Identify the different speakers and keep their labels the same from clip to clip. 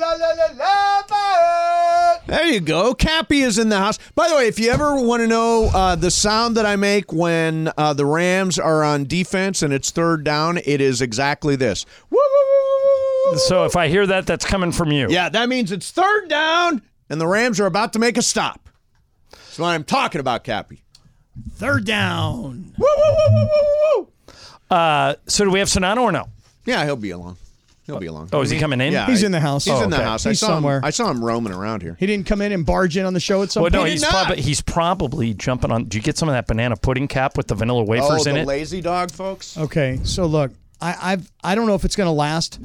Speaker 1: La la la la bird.
Speaker 2: There you go. Cappy is in the house. By the way, if you ever want to know uh, the sound that I make when uh, the Rams are on defense and it's third down, it is exactly this. Woo, woo, woo, woo, woo.
Speaker 3: So if I hear that, that's coming from you.
Speaker 2: Yeah, that means it's third down and the Rams are about to make a stop. That's what I'm talking about, Cappy.
Speaker 4: Third down.
Speaker 2: Woo, woo, woo, woo, woo, woo.
Speaker 3: Oh. Uh, so do we have Sonano or no?
Speaker 2: Yeah, he'll be along. He'll be along.
Speaker 3: Oh, is he coming in?
Speaker 2: Yeah,
Speaker 4: He's
Speaker 2: I-
Speaker 4: in the house.
Speaker 2: He's
Speaker 4: Oh,
Speaker 2: in the
Speaker 3: okay.
Speaker 2: house. I
Speaker 4: He's
Speaker 2: saw him-
Speaker 4: somewhere.
Speaker 2: I saw him roaming around here.
Speaker 4: He didn't come in and barge in on the show at some
Speaker 3: Well,
Speaker 4: point.
Speaker 3: no,
Speaker 2: He did
Speaker 3: he's
Speaker 2: not.
Speaker 3: probably he's probably jumping on. Did you get some of that banana pudding cap with the vanilla
Speaker 2: Oh,
Speaker 3: wafers in
Speaker 2: the
Speaker 3: it?
Speaker 2: lazy dog, folks.
Speaker 4: Okay, so look, I, I've I don't know if it's gonna last,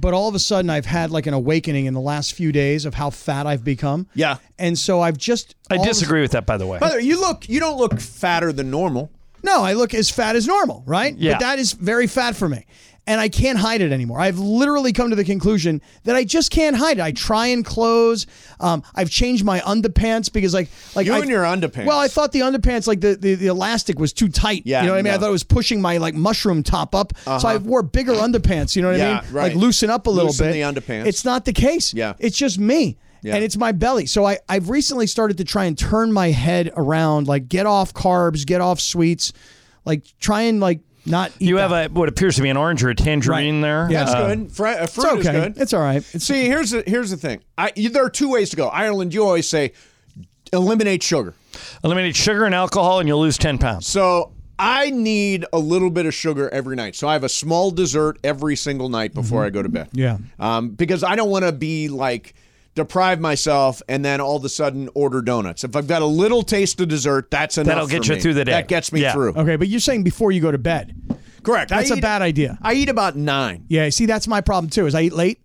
Speaker 4: but all of a sudden I've had like an awakening in the last few days of how fat I've become.
Speaker 2: Yeah.
Speaker 4: and so I've just
Speaker 3: I
Speaker 4: all of a-
Speaker 3: disagree with that, by the way.
Speaker 2: By the way, you look. You don't look fatter than normal.
Speaker 4: No, I look as fat as normal, right?
Speaker 3: Yeah.
Speaker 4: But that is very fat for me. And I can't hide it anymore. I've literally come to the conclusion that I just can't hide it. I try and clothes. Um, I've changed my underpants because, like, like
Speaker 2: You
Speaker 4: I-
Speaker 2: and your underpants.
Speaker 4: Well, I thought the underpants, like the, the, the elastic, was too tight.
Speaker 2: Yeah,
Speaker 4: you know what I
Speaker 2: no.
Speaker 4: mean. I
Speaker 2: Uh-huh.
Speaker 4: thought it was pushing my like mushroom top up, so I wore bigger underpants. You know what
Speaker 2: Yeah,
Speaker 4: I mean?
Speaker 2: right.
Speaker 4: Like loosen up a little
Speaker 2: Loosen
Speaker 4: bit.
Speaker 2: the underpants.
Speaker 4: It's not the case.
Speaker 2: Yeah.
Speaker 4: it's just me.
Speaker 2: Yeah.
Speaker 4: And it's my belly. So I, I've recently started to try and turn my head around, like get off carbs, get off sweets, like try and like not eat.
Speaker 3: you have
Speaker 4: that.
Speaker 3: a what appears to be an orange or a tangerine there.
Speaker 4: Yeah.
Speaker 2: That's
Speaker 3: Uh,
Speaker 2: good. Fr- uh,
Speaker 4: Um, It's
Speaker 2: fruit
Speaker 4: okay.
Speaker 2: is good.
Speaker 4: It's all right. It's
Speaker 2: See, here's the, here's the thing. I, you, there are two ways to go. Ireland, you always say eliminate sugar.
Speaker 3: Eliminate sugar and alcohol, and you'll lose ten pounds.
Speaker 2: So I need a little bit of sugar every night. So I have a small dessert every single night before
Speaker 4: Mm-hmm.
Speaker 2: I go to bed.
Speaker 4: Yeah.
Speaker 2: Um, because I don't want to be like deprive myself and then all of a sudden order donuts. If I've got a little taste of dessert, that's enough.
Speaker 3: That'll
Speaker 2: for
Speaker 3: get you
Speaker 2: me.
Speaker 3: through the day.
Speaker 2: That gets me
Speaker 3: Yeah.
Speaker 2: through.
Speaker 4: okay, but you're saying before you go to bed.
Speaker 2: Correct. I
Speaker 4: That's a
Speaker 2: eat-
Speaker 4: bad idea.
Speaker 2: I eat about nine.
Speaker 4: Yeah, see, that's my problem too. Is I eat late,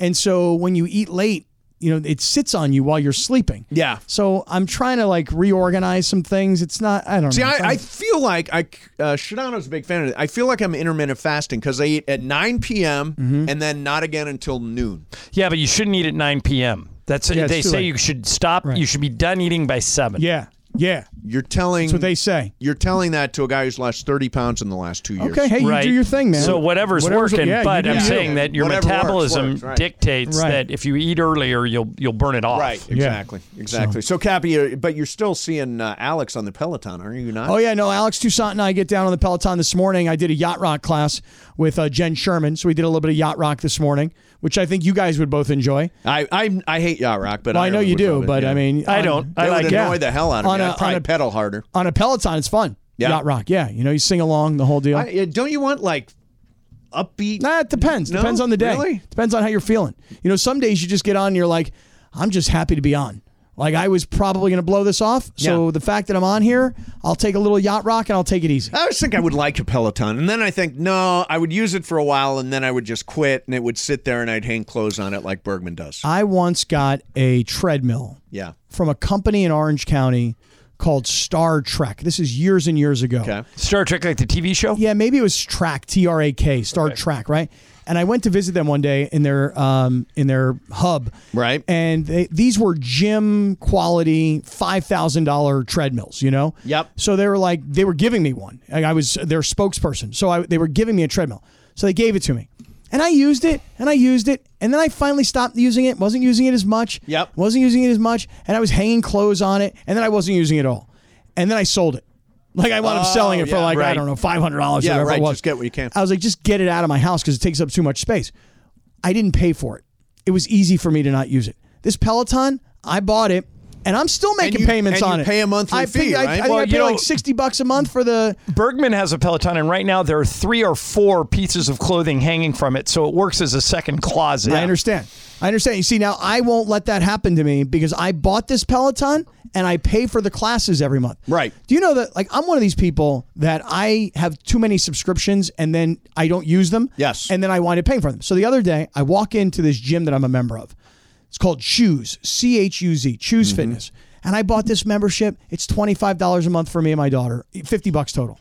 Speaker 4: and so when you eat late, you know it sits on you while you're sleeping.
Speaker 2: Yeah.
Speaker 4: So I'm trying to like reorganize some things. It's not. I don't
Speaker 2: See,
Speaker 4: know.
Speaker 2: I, I feel like I uh, Shadano's a big fan of it. I feel like I'm intermittent fasting because I eat at 9 p.m.
Speaker 4: Mm-hmm.
Speaker 2: and then not again until noon.
Speaker 3: Yeah, but you shouldn't eat at 9 p.m. That's
Speaker 4: Yeah, it's
Speaker 3: they
Speaker 4: too
Speaker 3: say
Speaker 4: late.
Speaker 3: you should stop. You should be done eating by seven.
Speaker 4: yeah. Yeah.
Speaker 2: You're telling
Speaker 4: That's what they say.
Speaker 2: you're telling that to a guy who's lost 30 pounds in the last two years.
Speaker 4: Okay. Hey,
Speaker 3: Right.
Speaker 4: you do your thing, man.
Speaker 3: So whatever's, working,
Speaker 4: yeah, you
Speaker 3: but
Speaker 4: do
Speaker 3: I'm
Speaker 4: you.
Speaker 3: saying that your
Speaker 2: Whatever works,
Speaker 3: metabolism
Speaker 2: works, right.
Speaker 3: dictates
Speaker 4: Right.
Speaker 3: that if you eat earlier, you'll you'll burn it off.
Speaker 2: Right. Exactly. Exactly. So, Cappy, uh, but you're still seeing uh, Alex on the Peloton, are you not?
Speaker 4: Oh yeah, no. Alex Toussaint and I get down on the Peloton this morning. I did a yacht rock class with uh, Jen Sherman, so we did a little bit of yacht rock this morning, which I think you guys would both enjoy.
Speaker 2: I I, I hate yacht rock, but
Speaker 4: Well, I know
Speaker 2: really
Speaker 4: you
Speaker 2: would love
Speaker 4: do,
Speaker 2: it,
Speaker 4: but
Speaker 2: yeah.
Speaker 4: I mean,
Speaker 3: I
Speaker 4: on-
Speaker 3: don't. I
Speaker 2: it
Speaker 3: like
Speaker 2: would
Speaker 3: yeah.
Speaker 2: annoy the hell out of
Speaker 4: On
Speaker 2: me.
Speaker 4: a-
Speaker 2: I'd probably
Speaker 4: on a-
Speaker 2: pedal harder.
Speaker 4: on a Peloton, it's fun.
Speaker 2: Yeah.
Speaker 4: Yacht rock. Yeah, you know, you sing along the whole deal.
Speaker 2: I, uh, don't you want like upbeat?
Speaker 4: Nah, it depends.
Speaker 2: No?
Speaker 4: Depends on the day.
Speaker 2: Really?
Speaker 4: Depends on how you're feeling. You know, some days you just get on and you're like, I'm just happy to be on. Like I was probably going to blow this off, so
Speaker 2: Yeah.
Speaker 4: the fact that I'm on here, I'll take a little yacht rock and I'll take it easy.
Speaker 2: I always think I would like a Peloton, and then I think no, I would use it for a while, and then I would just quit, and it would sit there, and I'd hang clothes on it like Bergman does.
Speaker 4: I once got a treadmill
Speaker 2: yeah,
Speaker 4: from a company in Orange County called Star Trek. This is years and years ago.
Speaker 2: Okay.
Speaker 3: Star Trek, like the TV show.
Speaker 4: Yeah, maybe it was Track, T R A K, Star Trek, right? And I went to visit them one day in their um, in their hub,
Speaker 2: Right.
Speaker 4: And they, these were gym quality five thousand dollar treadmills, you know.
Speaker 2: Yep.
Speaker 4: So they were like they were giving me one. Like, I was their spokesperson, so I, they were giving me a treadmill. So they gave it to me, and I used it, and I used it, and then I finally stopped using it. wasn't using it as much.
Speaker 2: Yep.
Speaker 4: Wasn't using it as much, and I was hanging clothes on it, and then I wasn't using it at all, and then I sold it. Like I wound up selling it for
Speaker 2: Oh, yeah,
Speaker 4: like I
Speaker 3: right.
Speaker 4: don't know five hundred dollars.
Speaker 2: Yeah,
Speaker 4: or whatever
Speaker 2: right,
Speaker 4: It was.
Speaker 2: just get what you can.
Speaker 4: I was like, just get it out of my house because it takes up too much space. I didn't pay for it. It was easy for me to not use it. This Peloton, I bought it. and I'm still making
Speaker 2: you-
Speaker 4: payments
Speaker 2: and
Speaker 4: on
Speaker 2: you
Speaker 4: it.
Speaker 2: pay a monthly
Speaker 4: I
Speaker 2: fee,
Speaker 4: figure- I-
Speaker 2: right?
Speaker 4: I, think
Speaker 2: Well,
Speaker 4: I
Speaker 3: you
Speaker 4: pay
Speaker 3: know-
Speaker 4: like sixty bucks a month for the.
Speaker 3: Bergman has a Peloton, and right now there are three or four pieces of clothing hanging from it, so it works as a second closet.
Speaker 4: I understand. I understand. You see, now I won't let that happen to me because I bought this Peloton and I pay for the classes every month.
Speaker 2: Right.
Speaker 4: Do you know that? Like, I'm one of these people that I have too many subscriptions and then I don't use them.
Speaker 2: Yes.
Speaker 4: And then I wind up paying for them. So the other day, I walk into this gym that I'm a member of. It's called Choose, C H U Z, Choose
Speaker 2: Mm-hmm.
Speaker 4: Fitness. And I bought this membership. It's $25 a month for me and my daughter, 50 bucks total.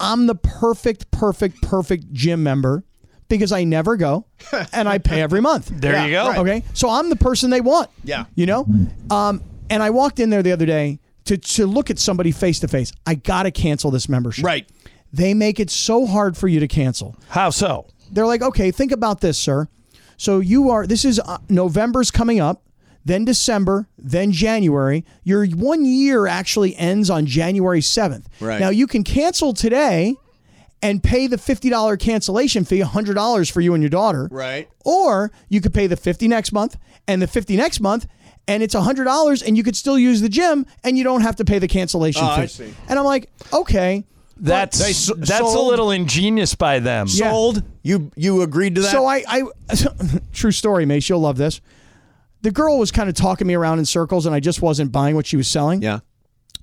Speaker 4: I'm the perfect, perfect, perfect gym member because I never go and I pay every month.
Speaker 3: There you go.
Speaker 4: Okay. So I'm the person they want.
Speaker 2: Yeah.
Speaker 4: You know? Um, and I walked in there the other day to, to look at somebody face to face. I got to cancel this membership.
Speaker 2: Right.
Speaker 4: They make it so hard for you to cancel.
Speaker 3: How so?
Speaker 4: They're like, okay, think about this, sir. So you are, this is uh, November's coming up, then December, then January. Your one year actually ends on January 7th.
Speaker 2: Right.
Speaker 4: Now you can cancel today and pay the $50 cancellation fee, $100 for you and your daughter.
Speaker 2: Right.
Speaker 4: Or you could pay the 50 next month and the 50 next month and it's $100 and you could still use the gym and you don't have to pay the cancellation
Speaker 2: Oh,
Speaker 4: fee.
Speaker 2: I see.
Speaker 4: And I'm like, okay.
Speaker 3: That's
Speaker 2: They s-
Speaker 3: that's a
Speaker 2: sold-
Speaker 3: little ingenious by them.
Speaker 4: Yeah.
Speaker 2: Sold. You you agreed to that.
Speaker 4: So I, I true story, Mace. You'll love this. The girl was kind of talking me around in circles, and I just wasn't buying what she was selling.
Speaker 2: yeah.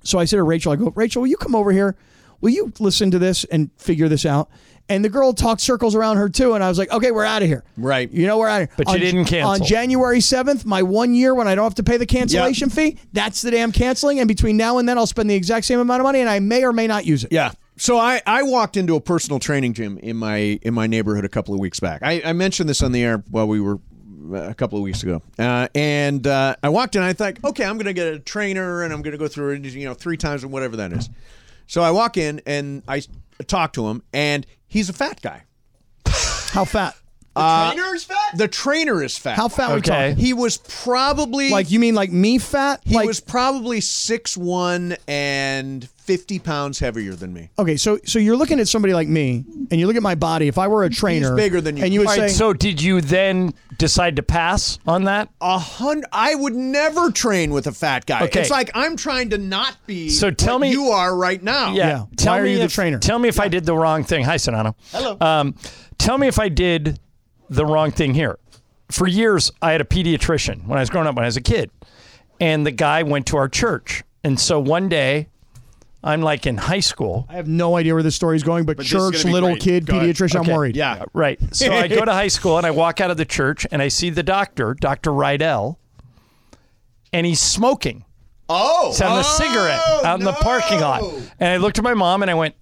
Speaker 4: So I said to Rachel, I go, Rachel, will you come over here? Will you listen to this and figure this out? And the girl talked circles around her too, and I was like, okay, we're out of here.
Speaker 2: Right.
Speaker 4: You know, we're out of here.
Speaker 3: But you didn't cancel.
Speaker 4: On January 7th, my one year when I don't have to pay the cancellation fee, that's the damn canceling. And between now and then, I'll spend the exact same amount of money, and I may or may not use it.
Speaker 2: Yeah. So I, I walked into a personal training gym in my in my neighborhood a couple of weeks back. I, I mentioned this on the air while we were uh, a couple of weeks ago, uh, and uh, I walked in. I thought, okay, I'm going to get a trainer, and I'm going to go through it, you know, three times and whatever that is. So I walk in and I s- talk to him, and he's a fat guy. Uh,
Speaker 4: How fat?
Speaker 1: Trainer's fat?
Speaker 2: The trainer is fat.
Speaker 4: How fat we
Speaker 3: Okay.
Speaker 4: talking?
Speaker 2: He was probably
Speaker 4: Like you mean like me fat?
Speaker 2: he
Speaker 4: like,
Speaker 2: was probably six one and fifty pounds heavier than me.
Speaker 4: Okay, so so you're looking at somebody like me, and you look at my body. If I were a trainer,
Speaker 2: bigger than you.
Speaker 4: and you would
Speaker 3: All
Speaker 4: say,
Speaker 3: right, so did you then decide to pass on that?
Speaker 2: A hundred. I would never train with a fat guy.
Speaker 3: Okay.
Speaker 2: It's like I'm trying to not be.
Speaker 3: So tell
Speaker 2: what
Speaker 3: me-
Speaker 2: you are right now.
Speaker 3: Yeah.
Speaker 4: Yeah.
Speaker 3: Tell
Speaker 4: Why are
Speaker 3: me
Speaker 4: you the
Speaker 3: if,
Speaker 4: trainer?
Speaker 3: Tell me if I did the wrong thing. Hi, Sonano. Hello. Um, tell me if I did the wrong thing here. For years, I had a pediatrician when I was growing up, when I was a kid, and the guy went to our church. And so one day, I'm like in high school,
Speaker 4: I have no idea where this story's going, but,
Speaker 1: is
Speaker 4: church,
Speaker 1: gonna be
Speaker 4: little
Speaker 1: great.
Speaker 4: kid,
Speaker 1: Go ahead.
Speaker 4: pediatrician, I'm
Speaker 3: Okay.
Speaker 4: worried.
Speaker 2: Yeah.
Speaker 3: Right. So I go to high school and I walk out of the church and I see the doctor, Dr. Rydell, and he's smoking.
Speaker 1: Oh.
Speaker 3: He's having a cigarette out in the parking lot. And I looked at my mom and I went,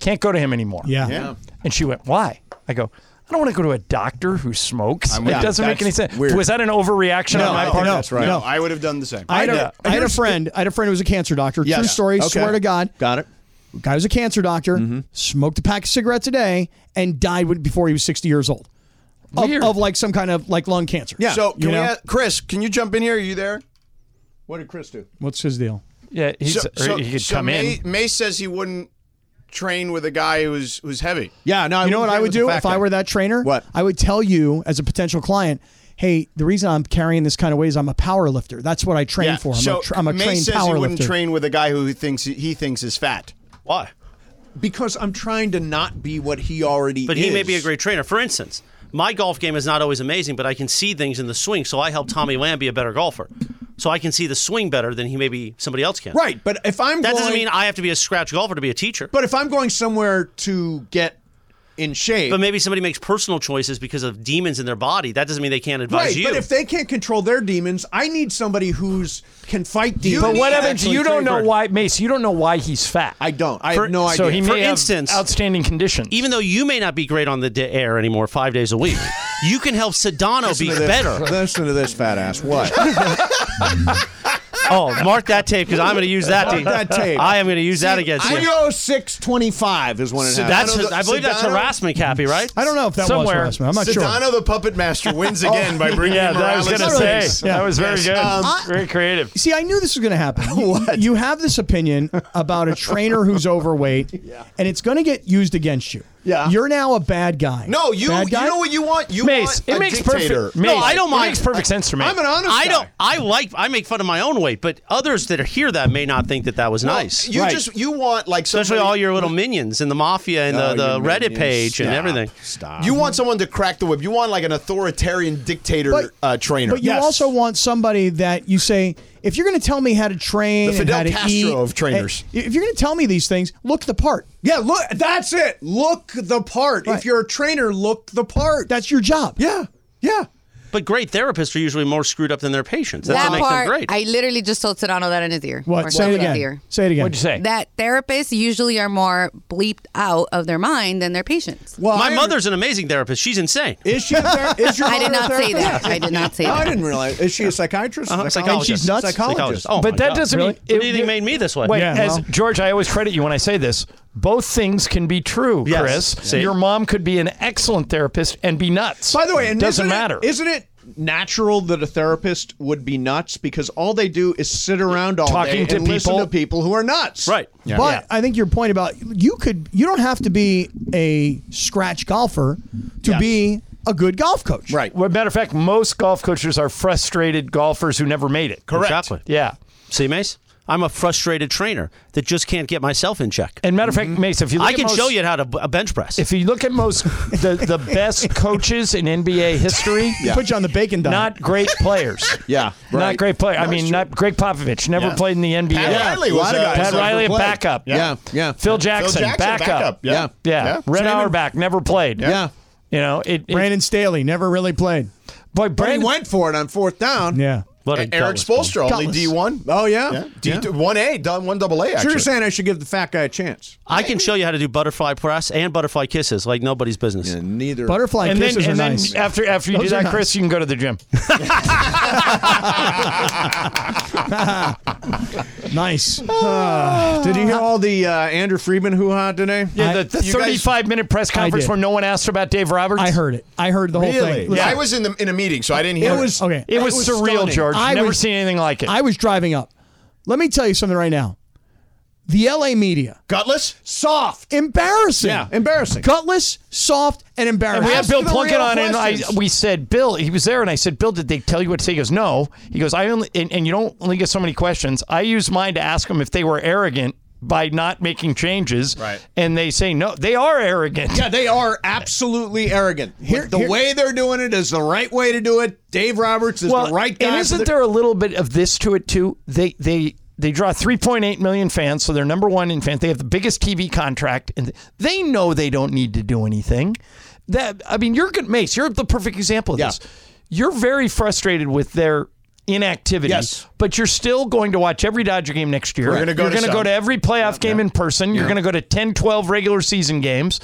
Speaker 3: can't go to him anymore.
Speaker 4: yeah,
Speaker 3: And she went, why? I go, I don't want to go to a doctor who smokes. It
Speaker 5: with you.
Speaker 3: doesn't make any
Speaker 5: That's
Speaker 3: sense.
Speaker 2: weird.
Speaker 3: Was that an overreaction on my
Speaker 2: I
Speaker 3: part?
Speaker 2: think that's right.
Speaker 5: No,
Speaker 4: No.
Speaker 5: I would have done the same.
Speaker 4: I had,
Speaker 2: Yeah.
Speaker 4: a, I had a
Speaker 2: Here's the-
Speaker 4: friend. I had a friend who was a cancer doctor. True story.
Speaker 2: Okay.
Speaker 4: Swear to God,
Speaker 2: Got it.
Speaker 4: guy was a cancer doctor. Smoked a pack of cigarettes a day and died with- before he was 60 years old. Of,
Speaker 3: Weird.
Speaker 4: of like some kind of like lung cancer.
Speaker 2: Yeah.
Speaker 5: so, can
Speaker 4: you
Speaker 5: we
Speaker 4: know?
Speaker 5: ask- Chris, can you jump in here? Are you there?
Speaker 2: What did Chris do?
Speaker 4: What's his deal?
Speaker 3: Yeah, he's, or he could come
Speaker 5: May,
Speaker 3: in.
Speaker 5: May says he wouldn't train with a guy who's who's heavy.
Speaker 2: Yeah. No.
Speaker 4: You know what I would do if I were that trainer?
Speaker 2: What?
Speaker 4: I would tell you as a potential client, hey, the reason I'm carrying this kind of weight is I'm a power lifter. That's what I train for. I'm
Speaker 5: so
Speaker 4: a, tr I'm a
Speaker 5: May
Speaker 4: trained
Speaker 5: says he
Speaker 4: power
Speaker 5: wouldn't
Speaker 4: lifter.
Speaker 5: train with a guy who thinks he, he thinks is fat.
Speaker 6: Why?
Speaker 2: Because I'm trying to not be what he already
Speaker 6: But
Speaker 2: is.
Speaker 6: he may be a great trainer. For instance, my golf game is not always amazing, but I can see things in the swing, so I help Tommy Lamb be a better golfer. So I can see the swing better than he maybe somebody else can.
Speaker 2: Right. But if I'm
Speaker 6: That
Speaker 2: going,
Speaker 6: doesn't mean I have to be a scratch golfer to be a teacher.
Speaker 2: but if I'm going somewhere to get in shape.
Speaker 6: But maybe somebody makes personal choices because of demons in their body. That doesn't mean they can't advise
Speaker 2: Right,
Speaker 6: you.
Speaker 2: but if they can't control their demons, I need somebody who's can fight demons.
Speaker 3: But what
Speaker 2: and
Speaker 3: happens?
Speaker 2: actually
Speaker 3: You don't
Speaker 2: train
Speaker 3: know
Speaker 2: for-
Speaker 3: why, Mace. You don't know why he's fat.
Speaker 2: I don't. I have no idea.
Speaker 3: So he
Speaker 6: For
Speaker 3: may have
Speaker 6: instance-
Speaker 3: outstanding conditions.
Speaker 6: even though you may not be great on the d- air anymore five days a week, you can help Sedano be better.
Speaker 2: Listen to this fat ass. What?
Speaker 6: Oh, mark that tape because I'm going to use that. to-
Speaker 2: that tape.
Speaker 6: I am going to use that against you.
Speaker 2: Zero six twenty five is when it happened.
Speaker 6: That's
Speaker 5: Sedano-
Speaker 6: I believe that's
Speaker 5: Sedano-
Speaker 6: harassment, Cappy, right?
Speaker 4: I don't know if that
Speaker 3: Somewhere.
Speaker 4: was harassment. I'm not
Speaker 5: Sedano,
Speaker 4: sure.
Speaker 5: the puppet master, wins
Speaker 4: Oh.
Speaker 5: again by bringing
Speaker 3: yeah, that I was
Speaker 5: Morales
Speaker 3: going to
Speaker 5: in.
Speaker 3: say.
Speaker 4: Yeah.
Speaker 3: That was very good.
Speaker 5: Um,
Speaker 4: I-
Speaker 3: very creative.
Speaker 4: See, I knew this was going to happen. You- You have this opinion about a trainer who's overweight, and it's going to get used against you. Yeah. You're now a bad guy.
Speaker 5: No, you.
Speaker 4: Bad
Speaker 5: You
Speaker 4: guy?
Speaker 5: know what you want. You
Speaker 3: Mace,
Speaker 5: want
Speaker 3: it
Speaker 5: a
Speaker 3: makes
Speaker 5: dictator.
Speaker 3: perfect. Mace,
Speaker 6: I don't
Speaker 3: it
Speaker 6: mind.
Speaker 3: makes perfect sense to me.
Speaker 2: I'm an honest
Speaker 6: I
Speaker 2: guy.
Speaker 6: don't. I like. I make fun of my own weight, but others that are hear that may not think that that was nice.
Speaker 5: You just you want like
Speaker 6: Especially
Speaker 5: somebody-
Speaker 6: all your little minions and the mafia and
Speaker 5: Oh,
Speaker 6: the, the
Speaker 5: you
Speaker 6: Reddit
Speaker 5: minions.
Speaker 6: page and
Speaker 5: Stop.
Speaker 6: everything.
Speaker 2: Stop.
Speaker 5: You want someone to crack the whip. You want like an authoritarian dictator
Speaker 4: But-
Speaker 5: uh, trainer.
Speaker 4: But you
Speaker 5: Yes.
Speaker 4: also want somebody that you say, if you're going to tell me how to train,
Speaker 5: The
Speaker 4: and how
Speaker 5: Fidel
Speaker 4: to
Speaker 5: Castro
Speaker 4: eat,
Speaker 5: of trainers.
Speaker 4: eh, if you're going to tell me these things, look the part.
Speaker 2: Yeah, look, that's it. Look the part.
Speaker 4: Right.
Speaker 2: If you're a trainer, look the part.
Speaker 4: That's your job.
Speaker 2: yeah, yeah.
Speaker 6: But great therapists are usually more screwed up than their patients. That's
Speaker 7: that
Speaker 6: what makes them
Speaker 7: part,
Speaker 6: great.
Speaker 7: I literally just told Sedano that in his ear.
Speaker 4: What?
Speaker 7: Or
Speaker 4: Say it
Speaker 7: in his
Speaker 4: again.
Speaker 7: ear.
Speaker 4: Say it again.
Speaker 3: What'd you say?
Speaker 7: That therapists usually are more bleeped out of their mind than their patients.
Speaker 2: Well,
Speaker 6: my
Speaker 2: I-
Speaker 6: mother's an amazing therapist. She's insane.
Speaker 2: is she. A ther- is your
Speaker 7: I did
Speaker 2: mother a
Speaker 7: not say
Speaker 2: therapist?
Speaker 7: that. I did not say
Speaker 2: No, I
Speaker 7: that.
Speaker 2: didn't realize. Is she a psychiatrist?
Speaker 6: Uh-huh,
Speaker 2: Psychologist?
Speaker 6: She's
Speaker 4: nuts?
Speaker 2: Psychologist.
Speaker 6: Oh,
Speaker 3: but
Speaker 6: my
Speaker 3: that
Speaker 6: God.
Speaker 3: doesn't mean.
Speaker 6: What do you think made me this way?
Speaker 3: Wait,
Speaker 4: Yeah,
Speaker 3: as
Speaker 4: well.
Speaker 3: George, I always credit you when I say this. Both things can be true,
Speaker 6: Yes.
Speaker 3: Chris.
Speaker 6: See?
Speaker 3: Your mom could be an excellent therapist and be nuts.
Speaker 2: By the way, and
Speaker 3: doesn't
Speaker 2: isn't
Speaker 3: matter.
Speaker 2: It, isn't it natural that a therapist would be nuts because all they do is sit around all
Speaker 3: Talking
Speaker 2: day
Speaker 3: to
Speaker 2: and listen
Speaker 3: people.
Speaker 2: to people who are nuts?
Speaker 6: Right.
Speaker 4: But I think your point about you could you don't have to be a scratch golfer to be a good golf coach.
Speaker 5: right.
Speaker 3: Well, matter of fact, most golf coaches are frustrated golfers who never made it.
Speaker 6: Correct. Exactly.
Speaker 3: Yeah.
Speaker 6: See, Mace? I'm a frustrated trainer that just can't get myself in check.
Speaker 3: And matter of fact, Mace, if you look
Speaker 6: Mm-hmm. I
Speaker 3: at
Speaker 6: can
Speaker 3: most-
Speaker 6: show you how to b- a bench press.
Speaker 3: If you look at most the, the best coaches in NBA history,
Speaker 4: Put you on the bacon diet.
Speaker 3: not great players.
Speaker 5: Yeah,
Speaker 3: Not
Speaker 5: right.
Speaker 3: great player. I mean, not Greg Popovich never played in the NBA.
Speaker 5: Yeah. Riley was a-
Speaker 3: Pat Riley, a
Speaker 5: never played.
Speaker 3: backup.
Speaker 5: Yeah, yeah.
Speaker 3: Phil Jackson,
Speaker 8: Jackson,
Speaker 3: backup.
Speaker 8: backup. Yeah.
Speaker 3: Yeah.
Speaker 5: Yeah.
Speaker 3: Red
Speaker 5: Same.
Speaker 3: Auerbach never played.
Speaker 5: Yeah.
Speaker 3: You know, it. it
Speaker 4: Brandon Staley never really played.
Speaker 3: boy,
Speaker 2: But he
Speaker 3: Brandon
Speaker 2: went for it on fourth down.
Speaker 4: Yeah.
Speaker 6: What a
Speaker 8: Eric
Speaker 6: gutless bum.
Speaker 8: Spolstra, only D one.
Speaker 2: Oh yeah.
Speaker 8: D one A, done one double A.
Speaker 2: So you're
Speaker 8: Actually,
Speaker 2: saying I should give the fat guy a chance?
Speaker 6: I can show you how to do butterfly press and butterfly kisses like nobody's business.
Speaker 5: Neither.
Speaker 4: Butterfly
Speaker 3: and then,
Speaker 4: kisses
Speaker 3: and
Speaker 4: are
Speaker 3: then
Speaker 4: nice.
Speaker 3: after after you do
Speaker 4: Those are
Speaker 3: that,
Speaker 4: nice.
Speaker 3: Chris, you can go to the gym.
Speaker 4: nice.
Speaker 2: Did you hear all the uh, Andrew Friedman hoo ha today?
Speaker 3: Yeah, the, the
Speaker 8: you guys-
Speaker 3: 35 minute press conference
Speaker 4: did.
Speaker 3: where no one asked about Dave Roberts.
Speaker 4: I heard it. I heard the whole
Speaker 8: really?
Speaker 4: thing.
Speaker 8: I was in the in a meeting, so I didn't hear.
Speaker 4: It was okay.
Speaker 3: It was, surreal,
Speaker 4: stunning.
Speaker 3: George.
Speaker 4: I
Speaker 3: Never
Speaker 4: was-
Speaker 3: seen anything like it.
Speaker 4: I was driving up. Let me tell you something right now. The LA media,
Speaker 8: gutless.
Speaker 4: soft, embarrassing.
Speaker 2: Yeah, embarrassing.
Speaker 4: Gutless, soft, and embarrassing.
Speaker 3: And we had Bill Plunkett on, and I
Speaker 4: questions.
Speaker 3: we said, Bill, he was there, and I said, Bill, did they tell you what to say? He goes, No. He goes, I only and, and you don't only get so many questions. I use mine to ask them if they were arrogant by not making changes,
Speaker 8: Right.
Speaker 3: And they say no, they are arrogant.
Speaker 2: Yeah, they are absolutely arrogant. the
Speaker 4: here-
Speaker 2: way they're doing it is the right way to do it. Dave Roberts is the right guy.
Speaker 3: And
Speaker 2: for
Speaker 3: isn't
Speaker 2: the-
Speaker 3: there a little bit of this to it too? They they they draw 3.8 million fans, so they're number one in fans. They have the biggest TV contract, and they know they don't need to do anything. That I mean, you're good, Mace. You're the perfect example of this. You're very frustrated with their inactivity,
Speaker 5: Yes.
Speaker 3: but you're still going to watch every Dodger game next year. We're
Speaker 8: gonna go
Speaker 3: you're
Speaker 8: to
Speaker 3: going to go
Speaker 8: some.
Speaker 3: to every playoff game in person. You're going to go to 10, 12 regular season games,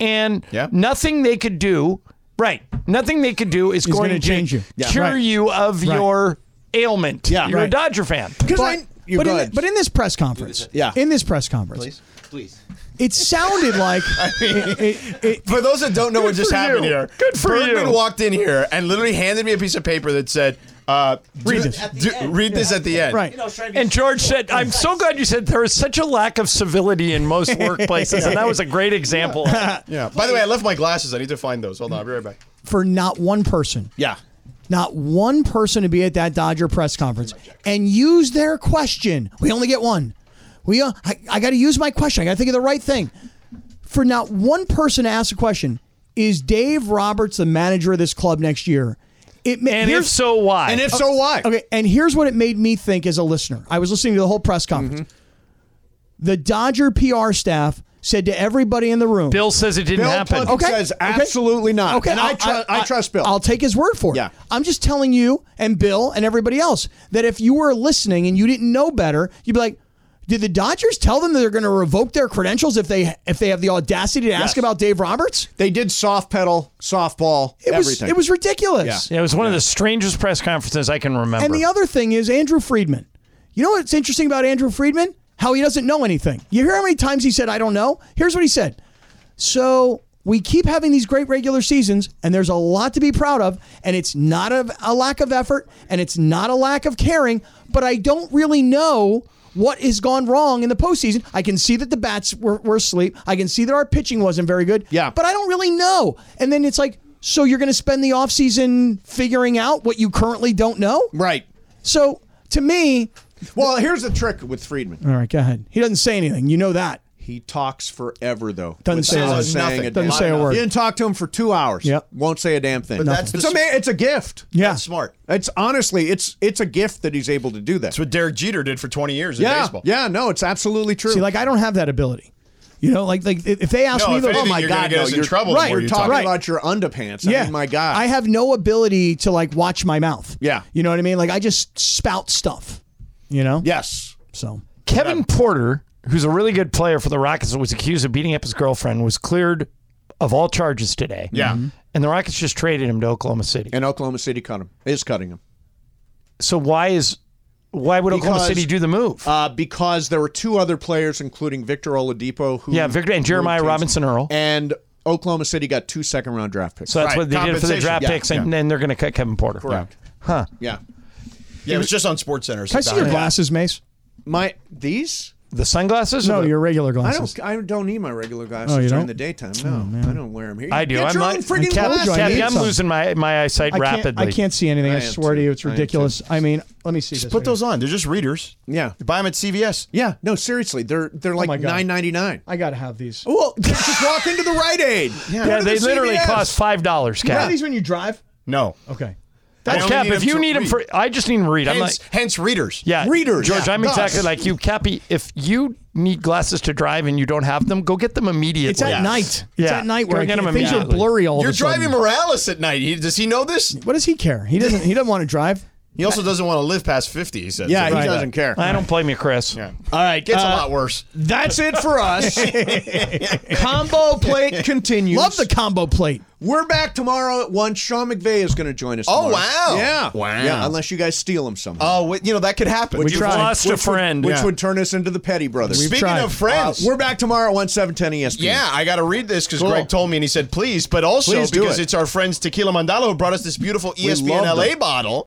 Speaker 3: and
Speaker 8: Yeah.
Speaker 3: nothing they could do. Right, nothing they could do is, going to
Speaker 4: gonna change you. Yeah.
Speaker 3: cure
Speaker 4: Right.
Speaker 3: you of your ailment. Yeah, you're a
Speaker 4: Right.
Speaker 3: Dodger fan.
Speaker 4: But,
Speaker 2: I- you
Speaker 4: but
Speaker 2: go
Speaker 4: in,
Speaker 2: ahead.
Speaker 4: the- but in this press conference, yeah, in this press conference, please, please, it sounded like it- it- it-
Speaker 8: For those that don't know what just
Speaker 3: for you.
Speaker 8: happened here,
Speaker 3: Good for
Speaker 8: Bergman
Speaker 3: you.
Speaker 8: walked in here and literally handed me a piece of paper that said, uh,
Speaker 4: Read
Speaker 8: do-
Speaker 4: this. At
Speaker 8: do- read this at the end.
Speaker 4: right.
Speaker 3: And George said, "I'm so glad you said there is such a lack of civility in most workplaces, and that was a great example."
Speaker 8: Yeah. By the way, I left my glasses. I need to find those. Hold on. I'll be right back.
Speaker 4: for not one person,
Speaker 8: Yeah.
Speaker 4: not one person to be at that Dodger press conference and use their question. We only get one. We uh, I, I got to use my question. I got to think of the right thing. For not one person to ask a question, is Dave Roberts the manager of this club next year? It ma-
Speaker 3: And if
Speaker 4: here's-
Speaker 3: so, why?
Speaker 2: And if so, why?
Speaker 4: Okay, and here's what it made me think as a listener. I was listening to the whole press
Speaker 3: Mm-hmm.
Speaker 4: conference. The Dodger PR staff said to everybody in the room,
Speaker 3: Bill says it didn't
Speaker 2: Bill
Speaker 3: happen.
Speaker 2: Plunkett says absolutely not.
Speaker 4: Okay,
Speaker 2: and I,
Speaker 4: I'll-
Speaker 2: tru- I, trust Bill.
Speaker 4: I'll take his word for it.
Speaker 2: Yeah.
Speaker 4: I'm just telling you and Bill and everybody else that if you were listening and you didn't know better, you'd be like, "Did the Dodgers tell them that they're going to revoke their credentials if they if they have the audacity to ask about Dave Roberts?"
Speaker 2: they did soft pedal, softball,
Speaker 4: It
Speaker 2: everything.
Speaker 4: was it was ridiculous.
Speaker 3: Yeah, it was one of the strangest press conferences I can remember.
Speaker 4: And the other thing is Andrew Friedman. You know what's interesting about Andrew Friedman? How he doesn't know anything. You hear how many times he said, I don't know? Here's what he said. So we keep having these great regular seasons, and there's a lot to be proud of, and it's not a, a lack of effort, and it's not a lack of caring, but I don't really know what has gone wrong in the postseason. I can see that the bats were, were asleep. I can see that our pitching wasn't very good.
Speaker 2: Yeah.
Speaker 4: But I don't really know. And then it's like, so you're going to spend the offseason figuring out what you currently don't know?
Speaker 2: Right.
Speaker 4: So to me,
Speaker 5: Well, here's the trick with Friedman.
Speaker 4: all right, go ahead. He doesn't say anything. You know that.
Speaker 5: He talks forever, though.
Speaker 4: Doesn't say a
Speaker 5: without
Speaker 4: word.
Speaker 5: saying
Speaker 4: Nothing. Doesn't
Speaker 5: damn
Speaker 4: say a
Speaker 5: thing.
Speaker 4: word.
Speaker 5: You didn't talk to him for two hours.
Speaker 4: Yep.
Speaker 5: Won't say a damn thing.
Speaker 4: that's
Speaker 5: it's a man, it's a gift.
Speaker 4: Yeah.
Speaker 5: That's smart. It's honestly, it's it's a gift that he's able to do that.
Speaker 8: That's what Derek Jeter did for 20 years in
Speaker 5: yeah,
Speaker 8: baseball.
Speaker 5: yeah, no, it's absolutely true.
Speaker 4: See, like I don't have that ability. You know, like like if if they ask
Speaker 8: No,
Speaker 4: me,
Speaker 8: if
Speaker 4: the-
Speaker 8: anything,
Speaker 4: oh my
Speaker 8: you're gonna
Speaker 4: god,
Speaker 8: get
Speaker 4: no,
Speaker 8: us in
Speaker 4: you're-
Speaker 8: trouble the
Speaker 4: Right,
Speaker 8: more
Speaker 4: you're
Speaker 8: you
Speaker 4: talking
Speaker 8: talk.
Speaker 5: talking
Speaker 4: right.
Speaker 5: about your underpants. I mean, my God.
Speaker 4: I have no ability to like watch my mouth.
Speaker 5: Yeah.
Speaker 4: You know what I mean? Like I just spout stuff. You know?
Speaker 5: yes.
Speaker 4: So
Speaker 3: Kevin Porter, who's a really good player for the Rockets, was accused of beating up his girlfriend, was cleared of all charges today.
Speaker 8: Yeah.
Speaker 4: Mm-hmm.
Speaker 3: And the Rockets just traded him to Oklahoma City.
Speaker 5: And Oklahoma City cut him. Is cutting him.
Speaker 3: So why is why would Oklahoma
Speaker 5: Because-
Speaker 3: City do the move?
Speaker 5: Uh, because there were two other players, including Victor Oladipo, who
Speaker 3: yeah, Victor and Jeremiah
Speaker 5: moved teams.
Speaker 3: Robinson Earl.
Speaker 5: and Oklahoma City got two second round draft picks.
Speaker 3: So that's
Speaker 8: Right,
Speaker 3: what they did for the
Speaker 8: compensation.
Speaker 3: draft
Speaker 8: Yeah,
Speaker 3: picks, and then they're going to cut Kevin Porter.
Speaker 5: Correct.
Speaker 3: Huh.
Speaker 5: yeah,
Speaker 8: Yeah, it was just on Sports Center.
Speaker 4: Can I see your glasses, Mace?
Speaker 5: my these.
Speaker 3: The sunglasses? or
Speaker 4: No,
Speaker 3: the-
Speaker 4: your regular
Speaker 5: I
Speaker 4: glasses.
Speaker 5: don't. I don't need my regular glasses
Speaker 4: Oh, you
Speaker 5: during
Speaker 4: don't?
Speaker 5: the daytime. No, I don't wear them here.
Speaker 3: I do.
Speaker 5: Get
Speaker 3: I'm
Speaker 5: your
Speaker 3: not-
Speaker 5: own
Speaker 4: I told
Speaker 5: freaking glasses.
Speaker 4: you I need
Speaker 3: Kathy, I'm
Speaker 4: some.
Speaker 3: losing my, my eyesight
Speaker 4: I can't,
Speaker 3: rapidly.
Speaker 4: I can't see anything. I,
Speaker 5: I am
Speaker 4: swear to
Speaker 5: too.
Speaker 4: you, it's
Speaker 5: I am
Speaker 4: ridiculous. I, mean, let me see.
Speaker 8: Just
Speaker 4: this
Speaker 8: put
Speaker 4: right
Speaker 8: those
Speaker 4: here.
Speaker 8: on. They're just readers.
Speaker 5: Yeah.
Speaker 8: You buy them at CVS.
Speaker 5: Yeah. No, seriously, they're they're like
Speaker 4: Oh my God.
Speaker 5: nine ninety nine.
Speaker 4: I gotta have these.
Speaker 5: Well, just walk into the Rite Aid. Go
Speaker 3: yeah,
Speaker 5: to
Speaker 3: they
Speaker 5: the
Speaker 3: literally
Speaker 5: CVS.
Speaker 3: cost five dollars,
Speaker 4: Are
Speaker 3: Cap.
Speaker 4: these when you drive?
Speaker 8: No.
Speaker 4: Okay.
Speaker 8: I
Speaker 3: That's
Speaker 8: only
Speaker 3: Cap.
Speaker 8: need
Speaker 3: If
Speaker 8: 'em
Speaker 3: you
Speaker 8: to
Speaker 3: need them
Speaker 8: read.
Speaker 3: for, I just need them to read. I'm like,
Speaker 8: Hence, hence readers.
Speaker 3: yeah,
Speaker 5: readers,
Speaker 3: George,
Speaker 5: yeah,
Speaker 3: I'm
Speaker 5: us.
Speaker 3: exactly like you, Cappy. If you need glasses to drive and you don't have them, go get them immediately.
Speaker 4: It's at
Speaker 8: Yes.
Speaker 4: night. It's
Speaker 3: Yeah.
Speaker 4: at night
Speaker 3: Gotta
Speaker 4: where I
Speaker 3: get
Speaker 4: can't-
Speaker 3: them
Speaker 4: things are
Speaker 3: immediately.
Speaker 4: blurry all
Speaker 8: You're
Speaker 4: of a sudden.
Speaker 8: driving Morales at night. He, does he know this?
Speaker 4: What does he care? He doesn't. He doesn't want to drive.
Speaker 8: He also doesn't want to live past 50, he says.
Speaker 5: Yeah,
Speaker 8: Something
Speaker 5: he
Speaker 8: like
Speaker 5: doesn't
Speaker 8: that.
Speaker 5: care.
Speaker 3: I don't blame you, Chris. Yeah.
Speaker 5: All right,
Speaker 8: Gets
Speaker 4: Uh,
Speaker 8: a lot worse.
Speaker 5: That's it for us. Combo plate continues.
Speaker 4: Love the combo plate.
Speaker 5: We're back tomorrow at one. Sean McVay is going to join us.
Speaker 8: Oh,
Speaker 5: tomorrow.
Speaker 8: wow.
Speaker 5: Yeah.
Speaker 8: Wow.
Speaker 5: Yeah. Unless you guys steal him somehow.
Speaker 8: Oh, wait, you know, that could happen.
Speaker 3: You've lost a friend.
Speaker 5: Which
Speaker 3: Yeah.
Speaker 5: would turn us into the Petty Brothers. Uh,
Speaker 8: Speaking
Speaker 4: tried.
Speaker 8: of friends,
Speaker 5: We're back tomorrow at 1, 710
Speaker 8: E
Speaker 5: ESPN.
Speaker 8: Yeah, I got to read this because Greg told me and he said, please, but also
Speaker 5: Please do
Speaker 8: because
Speaker 5: it.
Speaker 8: it's our friends Tequila Mandala who brought us this beautiful ESPN
Speaker 5: love
Speaker 8: LA
Speaker 5: them.
Speaker 8: bottle.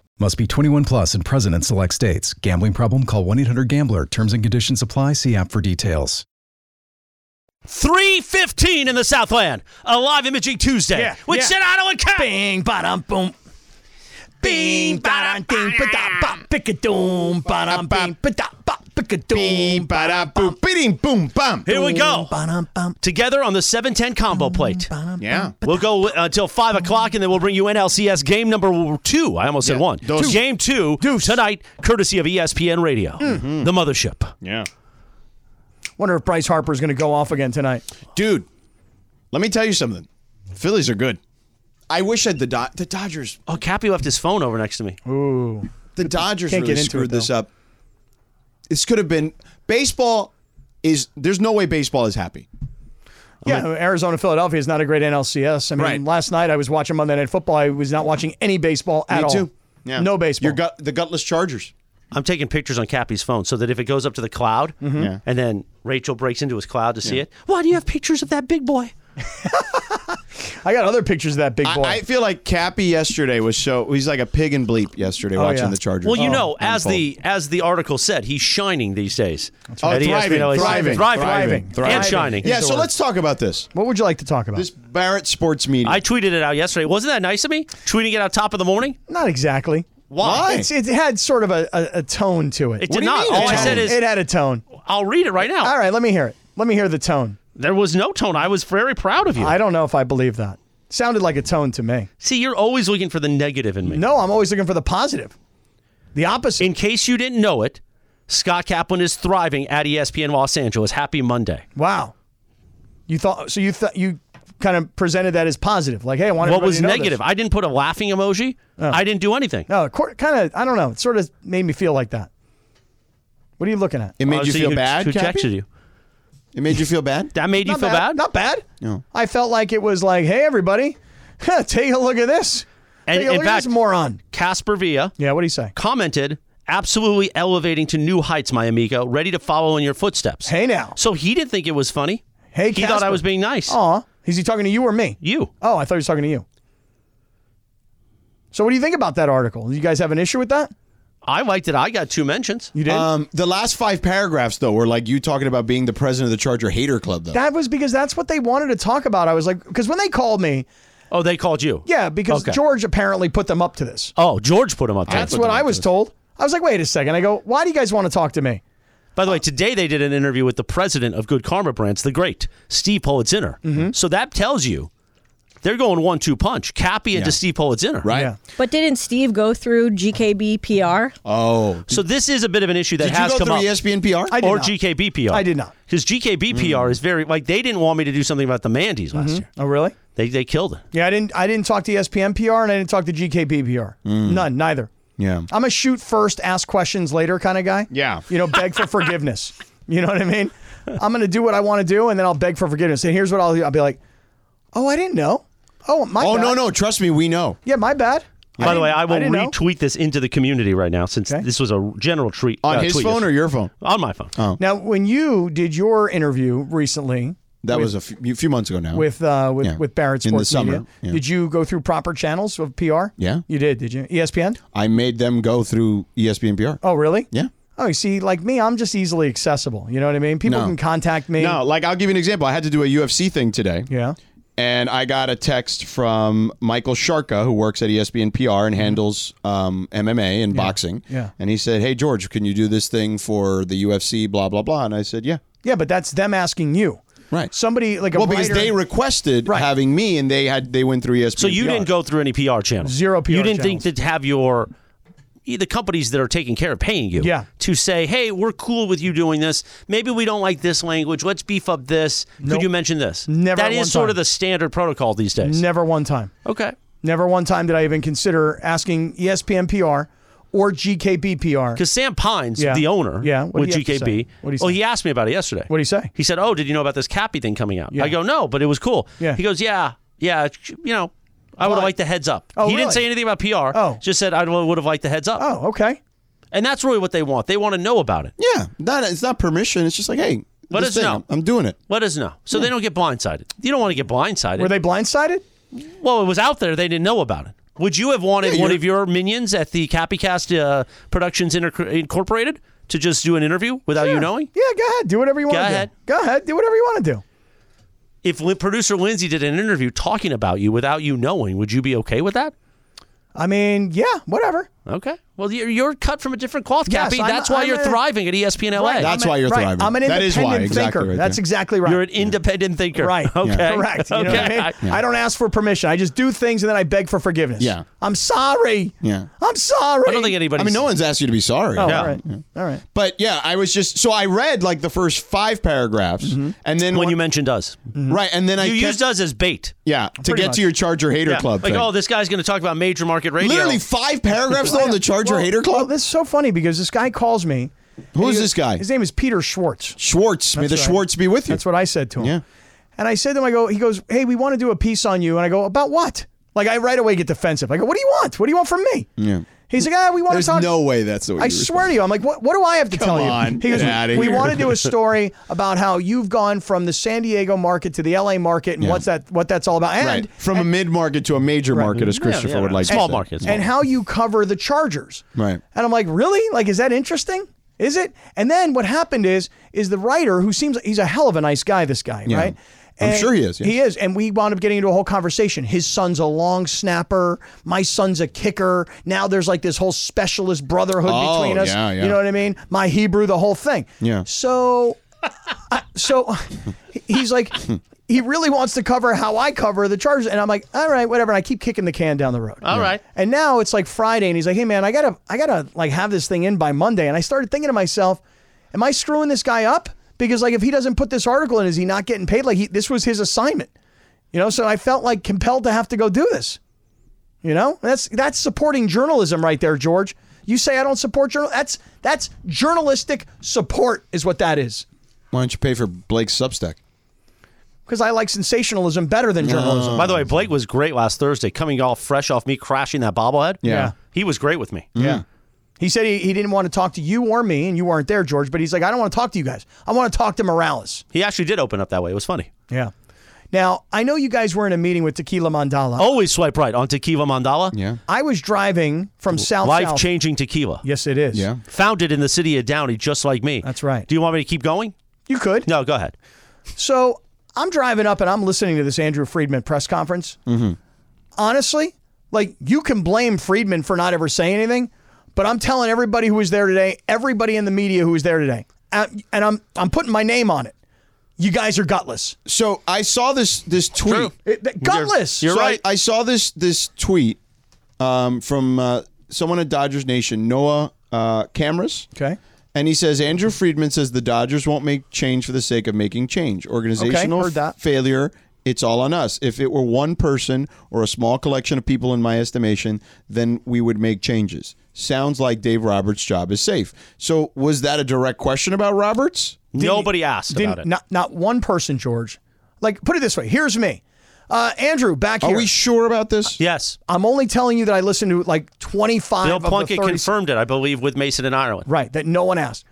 Speaker 9: Must be 21 plus and present in select states. Gambling problem? Call 1-800-GAMBLER. Terms and conditions apply. See app for details.
Speaker 6: 315 in the Southland. A live imaging Tuesday.
Speaker 4: Yeah,
Speaker 6: With
Speaker 4: yeah.
Speaker 6: Sedano and Cap.
Speaker 4: Bing, ba-dum, boom. Bing, ba-dum, ding, ba-da, ba, pick-a-doom, ba-dum, bing, ba-da, ba, pick-a-doom, ba-da, boom.
Speaker 8: Beating boom, bum.
Speaker 6: Here we go.
Speaker 4: Ba-dum, bum,
Speaker 6: Um, Together on the 710 combo plate.
Speaker 4: ba-dum,
Speaker 5: Yeah.
Speaker 6: We'll go uh, until 5 o'clock, and then we'll bring you NLCS game number two. I almost said one. Game two tonight, courtesy of E ESPN Radio,
Speaker 5: Mm. Mm-hmm.
Speaker 6: the mothership.
Speaker 5: Yeah.
Speaker 4: bum. Wonder if Bryce Harper's going to go off again tonight.
Speaker 8: Dude, let me tell you something. Phillies are good.
Speaker 5: I wish I'd the, Do- the Dodgers.
Speaker 6: Oh, Cappy left his phone over next to me.
Speaker 5: The Dodgers
Speaker 4: Can't
Speaker 5: really
Speaker 4: get into
Speaker 5: screwed
Speaker 4: it,
Speaker 5: this
Speaker 4: though.
Speaker 5: up. This could have been baseball. Is there's no way baseball is happy.
Speaker 4: Yeah, Arizona Philadelphia is not a great NLCS. I mean,
Speaker 5: Right.
Speaker 4: last night I was watching Monday Night Football. I was not watching any baseball at
Speaker 5: Me
Speaker 4: all.
Speaker 5: too.
Speaker 4: No baseball.
Speaker 5: Your gut, the gutless Chargers.
Speaker 6: I'm taking pictures on Cappy's phone so that if it goes up to the cloud
Speaker 5: Mm-hmm.
Speaker 6: and then Rachel breaks into his cloud to see it, why do you have pictures of that big boy?
Speaker 4: I got other pictures of that big boy.
Speaker 5: I, I feel like Cappy yesterday was so he's like a pig and bleep yesterday
Speaker 4: Oh,
Speaker 5: watching
Speaker 4: yeah.
Speaker 5: the Chargers.
Speaker 6: Well, you
Speaker 5: Oh.
Speaker 6: know, as
Speaker 5: unfold.
Speaker 6: the as the article said, he's shining these days. E That's
Speaker 5: Oh, thriving, thriving,
Speaker 6: thriving,
Speaker 5: thriving,
Speaker 6: and shining.
Speaker 5: Yeah, so let's talk about this.
Speaker 4: what would you like to talk about?
Speaker 5: This Barrett Sports Media.
Speaker 6: I tweeted it out yesterday. Wasn't that nice of me? Tweeting it out top of the morning.
Speaker 4: Not exactly.
Speaker 6: Why?
Speaker 4: It's, it had sort of a, a, a tone to it.
Speaker 6: It did not. All I said is
Speaker 4: it had a tone.
Speaker 6: I'll read it right now.
Speaker 4: All right, let me hear it. Let me hear the tone.
Speaker 6: There was no tone. I was very proud of you.
Speaker 4: I don't know if I believe that. Sounded like a tone to me.
Speaker 6: See, you're always looking for the negative in me.
Speaker 4: No, I'm always looking for the positive. The opposite.
Speaker 6: In case you didn't know it, Scott Kaplan is thriving at E ESPN Los Angeles. Happy Monday.
Speaker 4: Wow. You thought so you thought you kind of presented that as positive. Like, hey, I want
Speaker 6: What
Speaker 4: everybody
Speaker 6: was
Speaker 4: to know this. Oh.
Speaker 6: negative? I didn't put a laughing emoji. I didn't do anything.
Speaker 4: No, kind of I don't know. It sort of made me feel like that. What are you looking at?
Speaker 5: it made you
Speaker 6: Honestly,
Speaker 5: feel
Speaker 6: Uh, who,
Speaker 5: bad.
Speaker 6: Who
Speaker 5: Cappy?
Speaker 6: texted you?
Speaker 5: It made you feel bad.
Speaker 6: That made you feel bad?
Speaker 4: Not bad.
Speaker 5: No.
Speaker 4: I felt like it was like, hey, everybody, take a look at this.
Speaker 6: And
Speaker 4: Take a
Speaker 6: in
Speaker 4: look
Speaker 6: fact,
Speaker 4: at this moron.
Speaker 6: Casper Villa
Speaker 4: Yeah, what do you say?
Speaker 6: commented, absolutely elevating to new heights, my amigo, ready to follow in your footsteps.
Speaker 4: Hey now.
Speaker 6: So he didn't think it was funny.
Speaker 4: Hey,
Speaker 6: he thought I
Speaker 4: Casper.
Speaker 6: was being nice.
Speaker 4: Aw, is he talking to you or me?
Speaker 6: You.
Speaker 4: Oh, I thought he was talking to you. So what do you think about that article? Do you guys have an issue with that?
Speaker 6: I liked it. I got two mentions.
Speaker 4: You did?
Speaker 5: Um, the last five paragraphs though were like you talking about being the president of the Charger hater club though.
Speaker 4: that was because that's what they wanted to talk about. I was like, because when they called me,
Speaker 6: Oh, they called you.
Speaker 4: yeah, because
Speaker 6: Okay.
Speaker 4: George apparently put them up to this.
Speaker 6: Oh, George put him up there.
Speaker 4: That's what I was told. I was like, wait a second. I go, why do you guys want to talk to me?
Speaker 6: By the way, today they did an interview with the president of Good Karma Brands, the great Steve Politzer. So that tells you they're going one-two punch. Cappy into Steve Politzer.
Speaker 5: right?
Speaker 4: Yeah.
Speaker 10: But didn't Steve go through GKB PR?
Speaker 5: Oh.
Speaker 6: So this is a bit of an issue that
Speaker 5: Did you
Speaker 6: has
Speaker 5: go
Speaker 6: come
Speaker 5: through
Speaker 6: up.
Speaker 5: ESPN PR?
Speaker 4: I did
Speaker 6: or
Speaker 4: not.
Speaker 6: GKBPR.
Speaker 4: I did not.
Speaker 6: Because GKBPR is very like they didn't want me to do something about the Mandy's last year.
Speaker 4: Oh, really?
Speaker 6: They they killed it.
Speaker 4: Yeah, I didn't. I didn't talk to E ESPN PR, and I didn't talk to GKP PR.
Speaker 6: Mm.
Speaker 4: None, neither.
Speaker 5: Yeah.
Speaker 4: I'm a shoot first, ask questions later kind of guy.
Speaker 5: Yeah.
Speaker 4: You know, beg for forgiveness. You know what I mean? I'm going to do what I want to do, and then I'll beg for forgiveness. And here's what I'll do: I'll be like, "Oh, I didn't know. Oh, my.
Speaker 5: Oh
Speaker 4: bad.
Speaker 5: no no, trust me, we know.
Speaker 4: Yeah, my bad.
Speaker 6: By the way,
Speaker 4: didn't-
Speaker 6: I will
Speaker 4: didn't know.
Speaker 6: retweet this into the community right now since
Speaker 4: Okay.
Speaker 6: this was a general tweet
Speaker 5: On
Speaker 6: uh,
Speaker 5: his
Speaker 6: tweet
Speaker 5: phone or
Speaker 6: yesterday.
Speaker 5: your phone?
Speaker 6: on my phone.
Speaker 4: Now, when you did your interview recently
Speaker 5: That was a few, few months ago now.
Speaker 4: with uh, with
Speaker 5: Yeah.
Speaker 4: with Barrett
Speaker 5: In the
Speaker 4: Sports Media,
Speaker 5: summer, yeah.
Speaker 4: did you go through proper channels of PR?
Speaker 5: Yeah.
Speaker 4: you did. Did you E ESPN?
Speaker 5: I made them go through E ESPN PR.
Speaker 4: Oh, really?
Speaker 5: Yeah.
Speaker 4: Oh, you see, like me, I'm just easily accessible. You know what I mean? People
Speaker 5: No.
Speaker 4: can contact me.
Speaker 5: No, like I'll give you an example. I had to do a UFC thing today.
Speaker 4: Yeah.
Speaker 5: And I got a text from Michael Sharka, who works at E ESPN PR and handles um, MMA and boxing.
Speaker 4: Mm-hmm. Yeah.
Speaker 5: And he said, Hey, George, can you do this thing for the UFC, blah, blah, blah? And I said, Yeah.
Speaker 4: Yeah, but that's them asking you.
Speaker 5: Right.
Speaker 4: Somebody like a
Speaker 5: well, because
Speaker 4: writer-
Speaker 5: they requested
Speaker 4: Right.
Speaker 5: having me and they had they went through E ESPN.
Speaker 6: So you didn't go through any PR channels.
Speaker 4: Zero PR
Speaker 6: You didn't
Speaker 4: channels.
Speaker 6: think to have your eh, the companies that are taking care of paying you
Speaker 4: Yeah.
Speaker 6: to say, hey, we're cool with you doing this. Maybe we don't like this language. Let's beef up this. Could you mention this?
Speaker 4: Never
Speaker 6: That
Speaker 4: at
Speaker 6: is
Speaker 4: one
Speaker 6: sort
Speaker 4: time.
Speaker 6: of the standard protocol these days.
Speaker 4: Never one time.
Speaker 6: Okay.
Speaker 4: Never one time did I even consider asking E ESPN PR or GKB PR.
Speaker 6: Because Sam Pines,
Speaker 4: Yeah.
Speaker 6: the owner
Speaker 4: Yeah. What
Speaker 6: with
Speaker 4: did he have to
Speaker 6: GKB,
Speaker 4: say? What did he
Speaker 6: well,
Speaker 4: say?
Speaker 6: he asked me about it yesterday.
Speaker 4: What do you say?
Speaker 6: He said, "Oh, did you know about this Cappy thing coming out?"
Speaker 4: Yeah.
Speaker 6: I go, "No, but it was cool."
Speaker 4: Yeah.
Speaker 6: He goes, "Yeah, yeah, you know, I would have liked the heads up."
Speaker 4: Oh,
Speaker 6: he
Speaker 4: really?
Speaker 6: didn't say anything about PR.
Speaker 4: Oh.
Speaker 6: just said I would have liked the heads up,
Speaker 4: Oh, okay.
Speaker 6: and that's really what they want. They want to know about it.
Speaker 5: Yeah. Not, it's not permission. It's just like, Hey,
Speaker 6: Let
Speaker 5: this
Speaker 6: us
Speaker 5: thing,
Speaker 6: know.
Speaker 5: I'm, I'm doing it.
Speaker 6: Let us know, so they don't get blindsided. You don't want to get blindsided.
Speaker 4: Were they blindsided?
Speaker 6: well, it was out there; they didn't know about it. Would you have wanted one
Speaker 5: you're-
Speaker 6: of your minions at the Cappycast uh, Productions Inter- Incorporated to just do an interview without you knowing?
Speaker 4: Yeah, go ahead. Do whatever you want to
Speaker 6: ahead.
Speaker 4: do. Go ahead. Do whatever you want to do.
Speaker 6: If Lin- producer Lindsay did an interview talking about you without you knowing, would you be okay with that?
Speaker 4: I mean, yeah, whatever.
Speaker 6: Okay. Well, you're, you're cut from a different cloth,
Speaker 4: Yes,
Speaker 6: Cappy.
Speaker 4: I'm-
Speaker 6: That's why
Speaker 4: I'm
Speaker 6: you're
Speaker 4: a-
Speaker 6: thriving at E ESPN LA.
Speaker 4: Right.
Speaker 5: That's
Speaker 4: I'm a-
Speaker 5: why you're
Speaker 4: right.
Speaker 5: thriving.
Speaker 4: I'm an
Speaker 5: That
Speaker 4: independent
Speaker 5: is why, exactly,
Speaker 4: thinker.
Speaker 5: right
Speaker 4: That's
Speaker 5: there.
Speaker 4: exactly right.
Speaker 6: you're an independent thinker.
Speaker 4: Right.
Speaker 6: Okay.
Speaker 4: Correct. You know what I mean?
Speaker 6: Okay.
Speaker 4: I don't ask for permission. I just do things and then I beg for forgiveness.
Speaker 5: Yeah.
Speaker 4: I'm sorry.
Speaker 5: Yeah.
Speaker 4: I'm sorry.
Speaker 6: I don't think anybody.
Speaker 5: I mean, no one's asked you to be sorry.
Speaker 4: Oh,
Speaker 5: Yeah.
Speaker 4: all right. All right.
Speaker 5: But yeah, I was just so I read like the first five paragraphs,
Speaker 4: Mm-hmm.
Speaker 5: and then
Speaker 6: when you mentioned us,
Speaker 5: right, and then I
Speaker 6: you
Speaker 5: kept-
Speaker 6: used us as bait.
Speaker 5: yeah to
Speaker 4: Pretty
Speaker 5: get
Speaker 4: much.
Speaker 5: to your Charger Hater Club
Speaker 6: like,
Speaker 5: thing.
Speaker 6: oh, this guy's going to talk about major market radio.
Speaker 5: Literally five paragraphs though on the Charger
Speaker 4: Well,
Speaker 5: Hater
Speaker 4: well,
Speaker 5: Club.
Speaker 4: this is so funny because this guy calls me.
Speaker 5: Who is
Speaker 4: He-
Speaker 5: this guy?
Speaker 4: His name is Peter Schwartz.
Speaker 5: Schwartz. May the
Speaker 4: right.
Speaker 5: Schwartz be with you.
Speaker 4: That's what I said to him.
Speaker 5: Yeah.
Speaker 4: And I said to him, I go, he goes, hey, we want to do a piece on you. And I go, about what? Like, I right away get defensive. I go, what do you want? What do you want from me?
Speaker 5: Yeah.
Speaker 4: He's like, ah, we want
Speaker 5: There's
Speaker 4: to talk.
Speaker 5: no way that's the way
Speaker 4: I
Speaker 5: you
Speaker 4: swear to you, I'm like, what? What do I have to
Speaker 5: Come
Speaker 4: tell you?
Speaker 5: on,
Speaker 4: He goes,
Speaker 5: get outta
Speaker 4: we
Speaker 5: here."
Speaker 4: want to do a story about how you've gone from the San Diego market to the LA market and
Speaker 5: Yeah.
Speaker 4: what's that? What that's all about? And
Speaker 5: right. From a mid market to a major market, as
Speaker 4: Yeah,
Speaker 5: Christopher
Speaker 4: Mm, yeah,
Speaker 5: would
Speaker 4: right.
Speaker 5: like to
Speaker 4: and-
Speaker 5: say.
Speaker 4: and how you cover the Chargers.
Speaker 5: Right.
Speaker 4: And I'm like, really? Like, is that interesting? Is it? And then what happened is, is the writer who seems he's a hell of a nice guy. This guy,
Speaker 5: Yeah.
Speaker 4: right?
Speaker 5: I'm sure he is, yes.
Speaker 4: He is, and we wound up getting into a whole conversation. His son's a long snapper. My son's a kicker. Now there's like this whole specialist brotherhood
Speaker 5: Oh,
Speaker 4: between us.
Speaker 5: yeah, yeah.
Speaker 4: You know what I mean? My Hebrew, the whole thing.
Speaker 5: Yeah.
Speaker 4: So, I, so he's like, he really wants to cover how I cover the Chargers, and I'm like, all right, whatever. And I keep kicking the can down the road.
Speaker 6: All
Speaker 4: All right.
Speaker 6: right.
Speaker 4: And now it's like Friday, and he's like, hey man, I gotta, I gotta like have this thing in by Monday. And I started thinking to myself, am I screwing this guy up? Because like if he doesn't put this article in, is he not getting paid? Like he, this was his assignment, you know. So I felt like compelled to have to go do this. You know, that's that's supporting journalism right there, George. You say I don't support journal. That's that's journalistic support is what that is.
Speaker 5: Why don't you pay for Blake's Substack?
Speaker 4: Because I like sensationalism better than journalism.
Speaker 6: By the way, Blake was great last Thursday, coming off fresh off me crashing that bobblehead.
Speaker 4: Yeah.
Speaker 6: He was great with me.
Speaker 5: Yeah.
Speaker 4: He said he, he didn't want to talk to you or me, and you weren't there, George. But he's like, I don't want to talk to you guys. I want to talk to Morales.
Speaker 6: He actually did open up that way. It was funny.
Speaker 4: Yeah. Now, I know you guys were in a meeting with Tequila Mandala.
Speaker 6: Always swipe right on Tequila Mandala.
Speaker 5: Yeah.
Speaker 4: I was driving from South
Speaker 6: Life
Speaker 4: South.
Speaker 6: changing tequila.
Speaker 4: Yes, it is.
Speaker 5: Yeah.
Speaker 6: Founded in the city of Downey, just like me.
Speaker 4: That's right.
Speaker 6: Do you want me to keep going?
Speaker 4: You could.
Speaker 6: No, go ahead.
Speaker 4: So I'm driving up and I'm listening to this Andrew Friedman press conference.
Speaker 6: Mm-hmm.
Speaker 4: Honestly, like you can blame Friedman for not ever saying anything, but I'm telling everybody who was there today, everybody in the media who was there today, and and I'm I'm putting my name on it. You guys are gutless.
Speaker 5: So I saw this this tweet.
Speaker 4: It- that- gutless.
Speaker 5: So I- I, saw this this tweet um, from uh, someone at Dodgers Nation, Noah uh, Cameras.
Speaker 4: Okay.
Speaker 5: And he says Andrew Friedman says the Dodgers won't make change for the sake of making change. Organizational
Speaker 4: heard that.
Speaker 5: failure. It's all on us. If it were one person or a small collection of people, in my estimation, then we would make changes. Sounds like Dave Roberts' job is safe. So was that a direct question about Roberts?
Speaker 6: Nobody asked
Speaker 4: Didn't-
Speaker 6: about it.
Speaker 4: Not not one person, George. Like put it this way. Here's me, uh, Andrew. Back
Speaker 5: Are
Speaker 4: here.
Speaker 5: we sure about this?
Speaker 6: yes.
Speaker 4: I'm only telling you that I listened to like 25
Speaker 6: Bill
Speaker 4: of the
Speaker 6: Plunkett
Speaker 4: 30
Speaker 6: confirmed it, I believe, with Mason in Ireland.
Speaker 4: Right, that no one asked.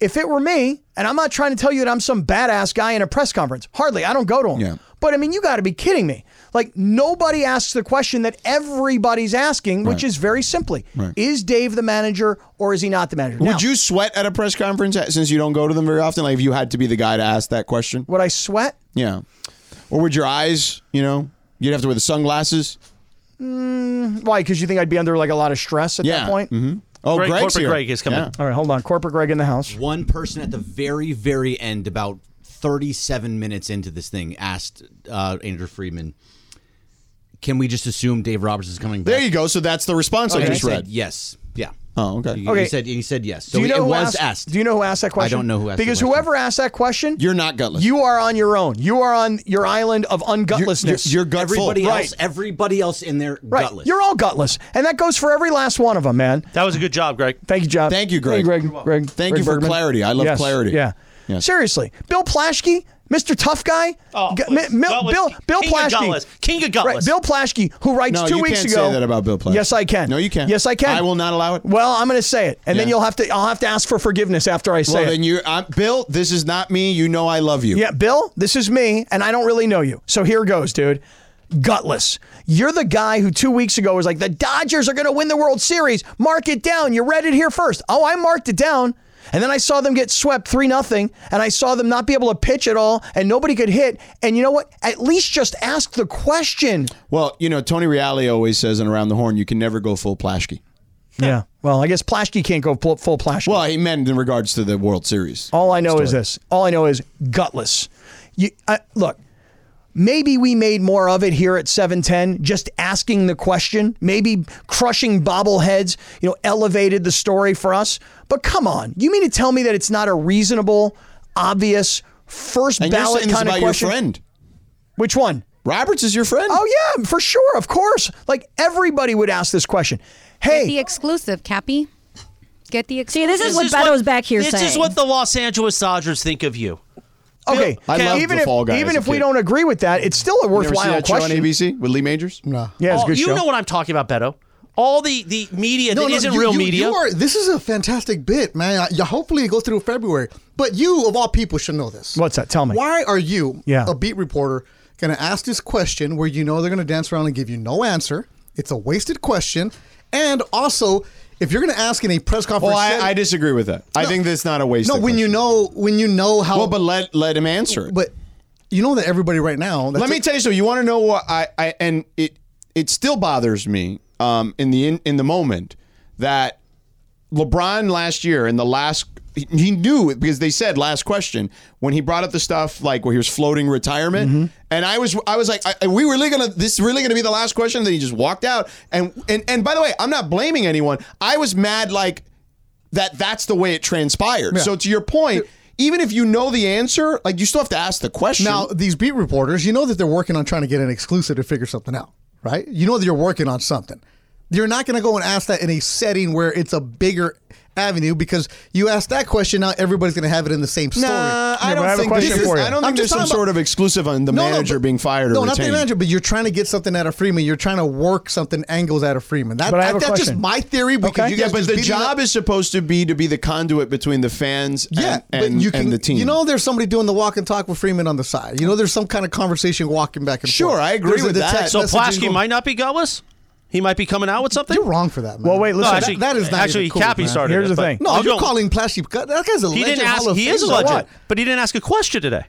Speaker 4: If it were me, and I'm not trying to tell you that I'm some badass guy in a press conference, hardly, I don't go to them.
Speaker 5: Yeah.
Speaker 4: But I mean, you got to be kidding me. Like, nobody asks the question that everybody's asking, which
Speaker 5: Right.
Speaker 4: is very simply
Speaker 5: Right.
Speaker 4: is Dave the manager or is he not the manager? Now,
Speaker 5: Would you sweat at a press conference uh, since you don't go to them very often? Like if you had to be the guy to ask that question?
Speaker 4: Would I sweat?
Speaker 5: Yeah. Or would your eyes, you know, you'd have to wear the sunglasses?
Speaker 4: Mm, Why? Because you think I'd be under like a lot of stress at
Speaker 5: Yeah.
Speaker 4: that point?
Speaker 5: Mm-hmm. Oh,
Speaker 6: Greg-
Speaker 5: Greg's
Speaker 6: corporate
Speaker 5: here.
Speaker 6: Greg is coming.
Speaker 5: Yeah.
Speaker 4: All right, hold on. Corporate Greg in the house.
Speaker 11: One person at the very, very end, about 37 minutes into this thing, asked uh, Andrew Friedman, "Can we just assume Dave Roberts is coming back?"
Speaker 5: There you go. So that's the response I
Speaker 11: And he
Speaker 5: just
Speaker 11: said
Speaker 5: read.
Speaker 11: yes. Yeah.
Speaker 5: Oh, okay.
Speaker 11: He,
Speaker 4: Okay.
Speaker 11: he said he said yes. So
Speaker 4: do you know
Speaker 11: it
Speaker 4: who
Speaker 11: was
Speaker 4: asked,
Speaker 11: asked.
Speaker 4: Do you know who asked that question?
Speaker 11: don't know who asked the
Speaker 4: Because
Speaker 11: question.
Speaker 4: whoever asked that question,
Speaker 5: You're not gutless.
Speaker 4: you are on your own. You are on your island of ungutlessness.
Speaker 5: You're, you gut full.
Speaker 11: everybody
Speaker 4: Right.
Speaker 11: else, everybody else in there,
Speaker 4: Right.
Speaker 11: gutless.
Speaker 4: You're all gutless. And that goes for every last one of them, man.
Speaker 6: That was a good job, Greg.
Speaker 4: Thank you, John.
Speaker 5: Thank you, Greg.
Speaker 4: Greg.
Speaker 5: You're
Speaker 4: Greg,
Speaker 5: welcome. Thank
Speaker 4: Greg
Speaker 5: you for
Speaker 4: Bergman.
Speaker 5: clarity. I love
Speaker 4: Yes.
Speaker 5: clarity.
Speaker 4: Yeah.
Speaker 5: Yes.
Speaker 4: Seriously. Bill Plashke, Mr. Tough Guy.
Speaker 6: Oh,
Speaker 4: G- Mi- Mil-
Speaker 6: gutless.
Speaker 4: Bill, Bill
Speaker 6: King
Speaker 4: Plashke.
Speaker 6: Of gutless. King of gutless.
Speaker 4: Right, Bill Plashke, who writes
Speaker 5: No,
Speaker 4: 2
Speaker 5: you
Speaker 4: weeks
Speaker 5: can't
Speaker 4: ago.
Speaker 5: say that about Bill Plashke.
Speaker 4: Yes, I can.
Speaker 5: No, you can't.
Speaker 4: Yes, I can.
Speaker 5: I will not allow it.
Speaker 4: Well, I'm going to say it, and then
Speaker 5: Yeah.
Speaker 4: you'll have to. I'll have to ask for forgiveness after I say
Speaker 5: Well,
Speaker 4: it.
Speaker 5: then you, I'm, Bill, this is not me. You know I love you.
Speaker 4: Yeah, Bill, this is me, and I don't really know you. So here goes, dude. Gutless. You're the guy who two weeks ago was like, the Dodgers are going to win the World Series. Mark it down. You read it here first. Oh, I marked it down. And then I saw them get swept 3 nothing, and I saw them not be able to pitch at all, and nobody could hit. And you know what? At least just ask the question.
Speaker 5: Well, you know, Tony Reale always says in Around the Horn, you can never go full Plashke.
Speaker 4: Yeah. Well, I guess Plashke can't go pl- full Plashke.
Speaker 5: Well, he meant in regards to the World Series.
Speaker 4: All I know is this. All I know is gutless. You I, look. Maybe we made more of it here at 710, just asking the question. Maybe crushing bobbleheads, you know, elevated the story for us. But come on, you mean to tell me that it's not a reasonable, obvious first
Speaker 5: And you're
Speaker 4: ballot
Speaker 5: saying this
Speaker 4: kind
Speaker 5: about
Speaker 4: of question?
Speaker 5: your friend.
Speaker 4: Which one?
Speaker 5: Roberts is your friend.
Speaker 4: Oh yeah, for sure, of course. Like everybody would ask this question. Hey,
Speaker 7: Get the exclusive, Cappy. Get the
Speaker 10: See,
Speaker 7: exclusive.
Speaker 10: this is what Beto's back here
Speaker 6: this
Speaker 10: saying.
Speaker 6: is what the Los Angeles Dodgers think of you.
Speaker 4: okay,
Speaker 5: I loved
Speaker 4: even
Speaker 5: the
Speaker 4: if
Speaker 5: Fall Guy
Speaker 4: even
Speaker 5: as a
Speaker 4: if we
Speaker 5: kid.
Speaker 4: don't agree with that, it's still a
Speaker 5: You ever see
Speaker 4: worthwhile
Speaker 5: that show on
Speaker 4: question.
Speaker 5: ABC with Lee Majors? No.
Speaker 4: Yeah, it's a
Speaker 6: Oh,
Speaker 4: good
Speaker 6: you
Speaker 4: show.
Speaker 6: know what I'm talking about, Beto. all the the media that not
Speaker 12: you-
Speaker 6: real
Speaker 12: you-
Speaker 6: media.
Speaker 12: You are, this is a fantastic bit, man. I, you, hopefully, it goes through February. But you, of all people, should know this.
Speaker 2: What's that? Tell me.
Speaker 12: Why are you,
Speaker 2: Yeah.
Speaker 12: a beat reporter, going to ask this question where you know they're going to dance around and give you no answer? It's a wasted question. And also, if you're going to ask in a press conference,
Speaker 5: Well, I,
Speaker 12: setting-
Speaker 5: I disagree with that. I think that's not a waste.
Speaker 12: no,
Speaker 5: of
Speaker 12: when you know when you know how.
Speaker 5: Well, but let let him answer.
Speaker 12: But you know that everybody right now. that's
Speaker 5: Let me
Speaker 12: it.
Speaker 5: tell you something. You want to know what I, I and it it still bothers me um, in the in, in the moment that LeBron last year in the last he- he knew it because they said last question when he brought up the stuff like where he was floating retirement and I was I was like I, we really gonna this really gonna be the last question and then he just walked out and and and by the way I'm not blaming anyone I was mad like that that's the way it transpired
Speaker 12: Yeah.
Speaker 5: so to your point even if you know the answer like you still have to ask the question
Speaker 12: Now, these beat reporters, you know that they're working on trying to get an exclusive to figure something out, right? You know that you're working on something. You're not going to go and ask that in a setting where it's a bigger avenue because you ask that question, now everybody's going to have it in the same story.
Speaker 5: Nah, I don't think this is, I don't think
Speaker 12: I'm
Speaker 5: there's
Speaker 12: just
Speaker 5: some
Speaker 12: talking
Speaker 5: sort
Speaker 12: about-
Speaker 5: of exclusive on the
Speaker 12: No, no,
Speaker 5: manager
Speaker 12: but-
Speaker 5: being fired or
Speaker 12: No, not
Speaker 5: retained.
Speaker 12: the manager, but you're trying to get something out of Freeman. You're trying to work something angles out of Freeman. That,
Speaker 5: But I have a
Speaker 12: that's just
Speaker 5: question.
Speaker 12: my theory because you guys
Speaker 5: yeah, but
Speaker 12: just
Speaker 5: the
Speaker 12: beat it up.
Speaker 5: job is supposed to be to be the conduit between the fans
Speaker 12: Yeah,
Speaker 5: and, and,
Speaker 12: but you can,
Speaker 5: and the team.
Speaker 12: You know, there's somebody doing the walk and talk with Freeman on the side. You know, there's some kind of conversation walking back and
Speaker 5: Sure,
Speaker 12: forth.
Speaker 5: I agree
Speaker 12: There's a-
Speaker 5: with
Speaker 12: the
Speaker 5: that.
Speaker 12: text
Speaker 6: So
Speaker 12: messaging
Speaker 6: Plasky
Speaker 12: going-
Speaker 6: might not be gutless. He might be coming out with something. You're
Speaker 12: wrong for that. Man.
Speaker 6: Well, wait, listen.
Speaker 12: No, actually, that is not
Speaker 6: actually
Speaker 12: even cool,
Speaker 6: Cappy
Speaker 12: man.
Speaker 6: started.
Speaker 12: Here's
Speaker 6: it,
Speaker 12: the
Speaker 6: but-
Speaker 12: thing. No,
Speaker 6: you
Speaker 12: you're
Speaker 6: don't-
Speaker 12: calling Plashy. That guy's a
Speaker 6: He
Speaker 12: legend.
Speaker 6: didn't ask.
Speaker 12: Hall of
Speaker 6: He is a
Speaker 12: Famer.
Speaker 6: legend,
Speaker 12: What?
Speaker 6: but he didn't ask a question today.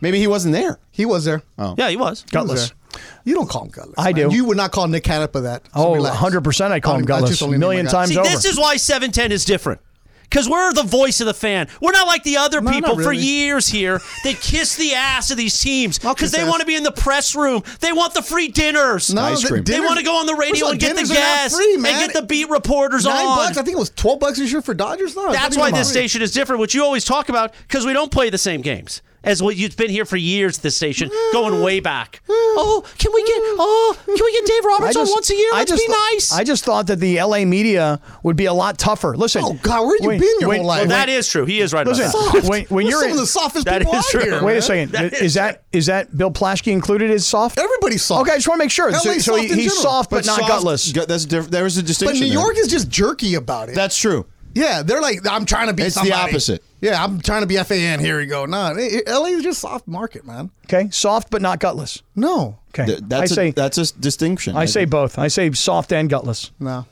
Speaker 5: Maybe he wasn't there.
Speaker 12: He was there.
Speaker 5: Oh,
Speaker 6: Yeah, he was.
Speaker 12: He was there. You don't call him gutless.
Speaker 4: I do.
Speaker 12: You would not call Nick Canepa that. So
Speaker 4: Oh,
Speaker 12: relax.
Speaker 4: 100% I call him
Speaker 12: mean, that's
Speaker 4: gutless.
Speaker 12: just only me, my
Speaker 4: Million
Speaker 12: guy.
Speaker 4: times
Speaker 6: See,
Speaker 4: over.
Speaker 6: this is why 710 is different. Because we're the voice of the fan. We're not like the other
Speaker 4: No,
Speaker 6: people
Speaker 4: not
Speaker 6: for
Speaker 4: really.
Speaker 6: years here that kiss the ass of these teams because
Speaker 12: kiss
Speaker 6: they
Speaker 12: ass.
Speaker 6: want to be in the press room. They want the free dinners.
Speaker 12: No, Ice the cream.
Speaker 6: They
Speaker 12: dinners-
Speaker 6: want to go on the
Speaker 12: First
Speaker 6: radio
Speaker 12: of all,
Speaker 6: and get the
Speaker 12: dinners are not
Speaker 6: guests
Speaker 12: free,
Speaker 6: and
Speaker 12: man.
Speaker 6: get the beat reporters
Speaker 12: Nine
Speaker 6: on.
Speaker 12: bucks. I think it was twelve bucks this year for Dodgers. No, it's not
Speaker 6: That's
Speaker 12: even
Speaker 6: why this
Speaker 12: free.
Speaker 6: station is different, which you always talk about, because we don't play the same games as what you've been here for years. This station going way back. Oh, can we get? Oh, can we get Dave Roberts on once a year? Let's be
Speaker 4: thought-
Speaker 6: nice.
Speaker 4: I just thought that the LA media would be a lot tougher. Listen. Oh
Speaker 12: God, where you been your whole life?
Speaker 6: well, that is true. He is right about
Speaker 4: Listen,
Speaker 6: that. Oh,
Speaker 4: when, when
Speaker 12: We're
Speaker 4: you're
Speaker 12: some
Speaker 4: in,
Speaker 12: of the softest
Speaker 6: That
Speaker 12: people
Speaker 6: is
Speaker 12: out
Speaker 6: true.
Speaker 12: here.
Speaker 4: Wait
Speaker 12: man.
Speaker 4: a second.
Speaker 12: That
Speaker 4: is that is that Bill Plaschke included as soft?
Speaker 12: Everybody's soft.
Speaker 4: Okay, I just want to make sure.
Speaker 12: LA
Speaker 4: So, so
Speaker 12: soft
Speaker 4: he-
Speaker 12: in
Speaker 4: he's
Speaker 12: general.
Speaker 4: soft, but, not
Speaker 5: soft-
Speaker 4: gutless.
Speaker 5: gut- That's diff- there was a
Speaker 12: But
Speaker 5: distinction.
Speaker 12: New
Speaker 5: there.
Speaker 12: York is just jerky about it.
Speaker 5: That's true.
Speaker 12: yeah, they're like, I'm trying to be.
Speaker 5: It's the
Speaker 12: somebody.
Speaker 5: opposite.
Speaker 12: Yeah, I'm trying to be FAN. Here we go. No, it- it- LA is just soft market, man.
Speaker 4: Okay, soft but not gutless.
Speaker 12: No,
Speaker 4: Okay,
Speaker 5: Th- that's
Speaker 4: I say
Speaker 5: a, that's a distinction.
Speaker 4: I say both. I say soft and gutless.
Speaker 12: no.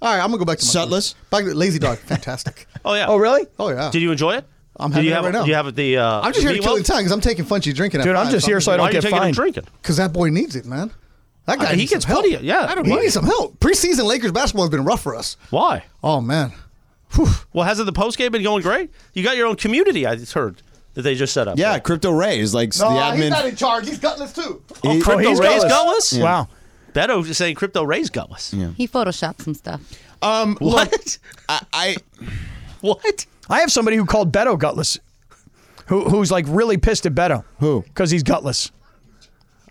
Speaker 12: All right, I'm gonna go back to my
Speaker 5: Sutless?
Speaker 12: Back to Lazy Dog, fantastic.
Speaker 6: Oh yeah.
Speaker 4: Oh really?
Speaker 12: Oh yeah.
Speaker 6: Did you enjoy it?
Speaker 12: I'm
Speaker 6: Did
Speaker 12: having
Speaker 6: you
Speaker 12: it
Speaker 6: have,
Speaker 12: right now.
Speaker 6: Do you have the? Uh,
Speaker 12: I'm just here to
Speaker 6: meatloaf?
Speaker 12: kill the time because I'm taking Funchy drinking. at
Speaker 4: Dude, I'm
Speaker 12: five,
Speaker 4: just here so I
Speaker 6: Why
Speaker 4: don't
Speaker 6: are you
Speaker 4: get
Speaker 6: taking
Speaker 4: fined.
Speaker 6: and drinking?
Speaker 12: Because that boy needs it, man. That guy
Speaker 6: I- he
Speaker 12: needs
Speaker 6: gets
Speaker 12: some help.
Speaker 6: plenty of- yeah, I don't
Speaker 12: he
Speaker 6: blame
Speaker 12: needs some help. Preseason Lakers basketball has been rough for us.
Speaker 6: Why?
Speaker 12: Oh man,
Speaker 6: Well, hasn't the post game been going great? You got your own community. I just heard that they just set up.
Speaker 5: Yeah, Crypto Ray is like the admin.
Speaker 12: in charge. He's gutless too.
Speaker 6: Oh,
Speaker 5: He-
Speaker 6: Crypto
Speaker 4: Oh, he's
Speaker 6: Ray's
Speaker 4: gutless.
Speaker 6: gutless.
Speaker 4: Yeah. Wow.
Speaker 6: Beto is saying Crypto Ray's gutless.
Speaker 7: He photoshopped some stuff.
Speaker 5: um, look,
Speaker 6: What?
Speaker 5: I, I
Speaker 6: what?
Speaker 4: I have somebody who called Beto gutless, who who's like really pissed at Beto. Who? Because he's gutless.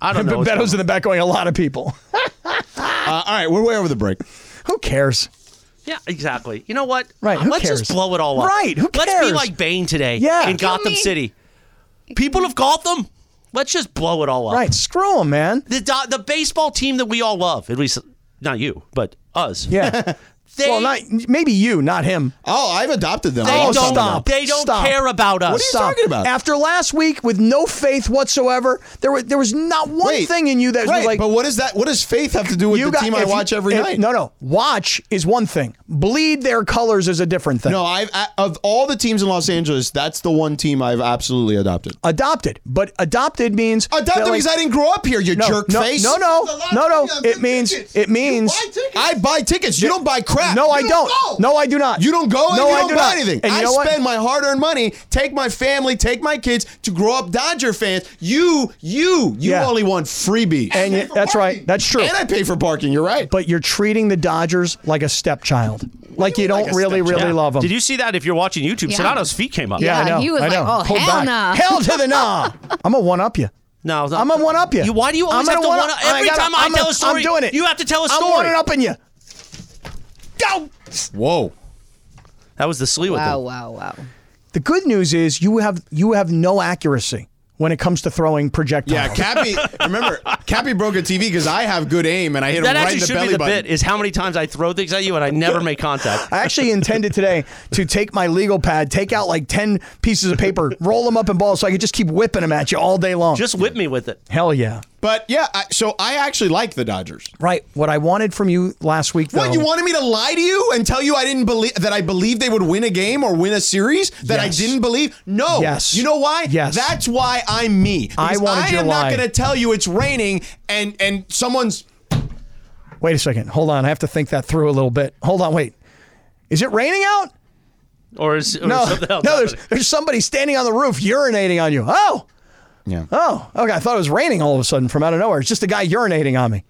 Speaker 6: I don't
Speaker 4: But
Speaker 6: know. what's
Speaker 4: Beto's in
Speaker 6: going
Speaker 4: the back going, a lot of people.
Speaker 5: uh, all right, we're way over the break.
Speaker 4: who cares?
Speaker 6: on. yeah, exactly. You know what?
Speaker 4: Right, who
Speaker 6: Let's
Speaker 4: cares?
Speaker 6: just blow it all up.
Speaker 4: Right, who
Speaker 6: Let's be
Speaker 4: cares?
Speaker 6: like Bane today.
Speaker 4: Yeah.
Speaker 6: In Gotham
Speaker 7: me.
Speaker 6: City, people of Gotham. Let's just blow it all up.
Speaker 4: Right, screw him, man.
Speaker 6: The Do- the baseball team that we all love, at least not you, but us.
Speaker 4: Yeah.
Speaker 6: They,
Speaker 4: well, not maybe you, not him.
Speaker 5: Oh, I've adopted them.
Speaker 6: They
Speaker 5: I love
Speaker 6: don't.
Speaker 5: them now.
Speaker 6: They don't
Speaker 4: Stop.
Speaker 6: care about us.
Speaker 5: What are you talking about?
Speaker 4: After last week, with no faith whatsoever, there was there was not one
Speaker 5: Wait,
Speaker 4: thing in you that
Speaker 5: right,
Speaker 4: was like.
Speaker 5: but what does that? What does faith have to do with
Speaker 4: you
Speaker 5: the
Speaker 4: got-
Speaker 5: team I
Speaker 4: if you-
Speaker 5: watch every
Speaker 4: if-
Speaker 5: night?
Speaker 4: No, no. Watch is one thing. Bleed their colors is a different thing.
Speaker 5: No, I've I, of all the teams in Los Angeles, that's the one team I've absolutely adopted.
Speaker 4: Adopted, but adopted means
Speaker 5: Adopted
Speaker 4: that, like-
Speaker 5: because I didn't grow up here, you
Speaker 4: no,
Speaker 5: jerk
Speaker 4: no,
Speaker 5: face.
Speaker 4: No, no, no, no. It means it means.
Speaker 5: I buy tickets. You don't buy crap.
Speaker 4: No,
Speaker 5: You
Speaker 4: I don't. No, I do not.
Speaker 5: You don't go.
Speaker 4: No,
Speaker 5: and you
Speaker 4: I
Speaker 5: don't
Speaker 4: do
Speaker 5: buy
Speaker 4: not.
Speaker 5: anything.
Speaker 4: And you
Speaker 5: I
Speaker 4: know what?
Speaker 5: spend my hard-earned money, take my family, take my kids to grow up Dodger fans. You, you, you
Speaker 4: Yeah.
Speaker 5: only want freebies.
Speaker 4: And you, that's right. That's true.
Speaker 5: And I pay for parking. You're right.
Speaker 4: but you're treating the Dodgers like a stepchild, like you don't
Speaker 5: like a
Speaker 4: really,
Speaker 5: stepchild?
Speaker 4: really love them.
Speaker 6: Did you see that? If you're watching YouTube,
Speaker 7: Yeah.
Speaker 6: Sonato's feet came up.
Speaker 4: Yeah, I
Speaker 7: Yeah,
Speaker 4: know.
Speaker 7: he was
Speaker 4: I
Speaker 7: like,
Speaker 4: know.
Speaker 7: "Oh,
Speaker 4: Hold
Speaker 7: hell
Speaker 4: back.
Speaker 7: nah."
Speaker 4: Hell to the nah. I'm a one up you.
Speaker 6: No, it's not-
Speaker 4: I'm a one up you.
Speaker 6: You- Why do you always
Speaker 4: I'm
Speaker 6: have
Speaker 4: gonna
Speaker 6: to
Speaker 4: one-
Speaker 6: one up? Every
Speaker 4: gotta-
Speaker 6: time I
Speaker 4: I'm
Speaker 6: tell
Speaker 4: a-
Speaker 6: a story,
Speaker 4: I'm doing it.
Speaker 6: you have to tell a
Speaker 4: I'm one
Speaker 6: story.
Speaker 4: up in you.
Speaker 5: Whoa.
Speaker 6: That was the slew with
Speaker 7: Wow,
Speaker 6: them.
Speaker 7: wow, wow.
Speaker 4: The good news is you have you have no accuracy when it comes to throwing projectiles.
Speaker 5: Yeah, Cappy. remember, Cappy broke a TV because I have good aim and I hit
Speaker 6: that
Speaker 5: him
Speaker 6: actually
Speaker 5: right in the
Speaker 6: should
Speaker 5: belly
Speaker 6: be the
Speaker 5: button.
Speaker 6: bit is how many times I throw things at you and I never make contact.
Speaker 4: I actually intended today to take my legal pad, take out like 10 pieces of paper, roll them up in balls so I could just keep whipping them at you all day long.
Speaker 6: Just whip me with it.
Speaker 4: Hell yeah.
Speaker 5: But yeah, I, so I actually like the Dodgers.
Speaker 4: Right. What I wanted from you last week, though.
Speaker 5: What you wanted me to lie to you and tell you I didn't believe that I believed they would win a game or win a series that
Speaker 4: Yes.
Speaker 5: I didn't believe? No.
Speaker 4: Yes.
Speaker 5: You know why?
Speaker 4: Yes.
Speaker 5: That's why I'm me.
Speaker 4: I
Speaker 5: Because
Speaker 4: wanted
Speaker 5: I
Speaker 4: you to
Speaker 5: am not
Speaker 4: lie.
Speaker 5: going to tell you it's raining and and someone's
Speaker 4: Wait a second. Hold on. I have to think that through a little bit. Hold on. Wait. Is it raining out?
Speaker 6: Or is or
Speaker 4: no.
Speaker 6: something
Speaker 4: No,
Speaker 6: else.
Speaker 4: there's, there's somebody standing on the roof urinating on you. Oh.
Speaker 5: Yeah.
Speaker 4: Oh. Okay. I thought it was raining all of a sudden from out of nowhere. It's just a guy urinating on me.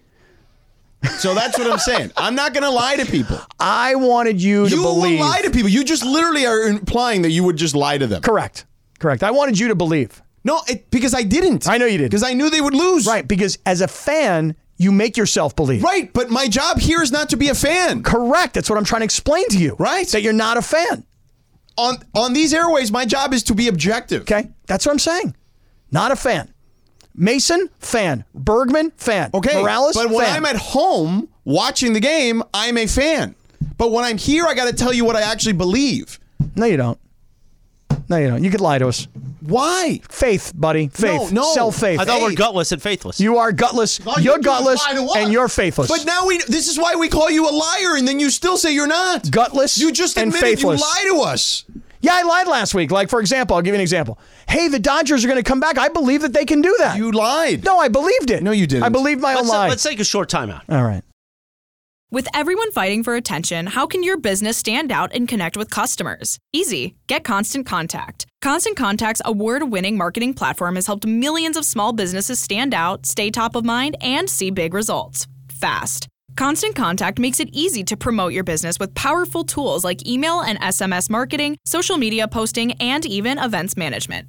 Speaker 5: So that's what I'm saying. I'm not going to lie to people.
Speaker 4: I wanted you to
Speaker 5: You will
Speaker 4: believe.
Speaker 5: lie to people. You just literally are implying that you would just lie to them.
Speaker 4: Correct. Correct. I wanted you to believe.
Speaker 5: No, it, because I didn't.
Speaker 4: I know you didn't. Because
Speaker 5: I knew they would lose.
Speaker 4: Right. Because as a fan, you make yourself believe.
Speaker 5: Right. But my job here is not to be a fan.
Speaker 4: Correct. That's what I'm trying to explain to you.
Speaker 5: Right.
Speaker 4: That you're not a fan.
Speaker 5: On on these airways, my job is to be objective.
Speaker 4: Okay. That's what I'm saying. Not a fan. Mason, fan. Bergman, fan.
Speaker 5: Okay.
Speaker 4: Morales,
Speaker 5: But when
Speaker 4: fan.
Speaker 5: I'm at home watching the game, I'm a fan. But when I'm here, I got to tell you what I actually believe.
Speaker 4: No, you don't. No, you don't. You could lie to us.
Speaker 5: Why?
Speaker 4: Faith, buddy. Faith.
Speaker 5: no.
Speaker 4: Self faith.
Speaker 6: I thought we're gutless and faithless.
Speaker 4: You are gutless.
Speaker 5: All you
Speaker 4: You're
Speaker 5: do is lie
Speaker 4: gutless,
Speaker 5: to us.
Speaker 4: and you're faithless.
Speaker 5: But now we. This is why we call you a liar, and then you still say you're not.
Speaker 4: gutless.
Speaker 5: You just
Speaker 4: and
Speaker 5: admitted
Speaker 4: faithless.
Speaker 5: you lie to us.
Speaker 4: Yeah, I lied last week. Like, for example, I'll give you an example. Hey, the Dodgers are going to come back. I believe that they can do that.
Speaker 5: You lied.
Speaker 4: no, I believed it. No,
Speaker 5: you didn't.
Speaker 4: I believed my own
Speaker 6: let's,
Speaker 4: lie.
Speaker 6: let's take a short timeout.
Speaker 4: All right.
Speaker 13: With everyone fighting for attention, how can your business stand out and connect with customers? Easy. Get Constant Contact. Constant Contact's award winning marketing platform has helped millions of small businesses stand out, stay top of mind, and see big results fast. Constant Contact makes it easy to promote your business with powerful tools like email and SMS marketing, social media posting, and even events management.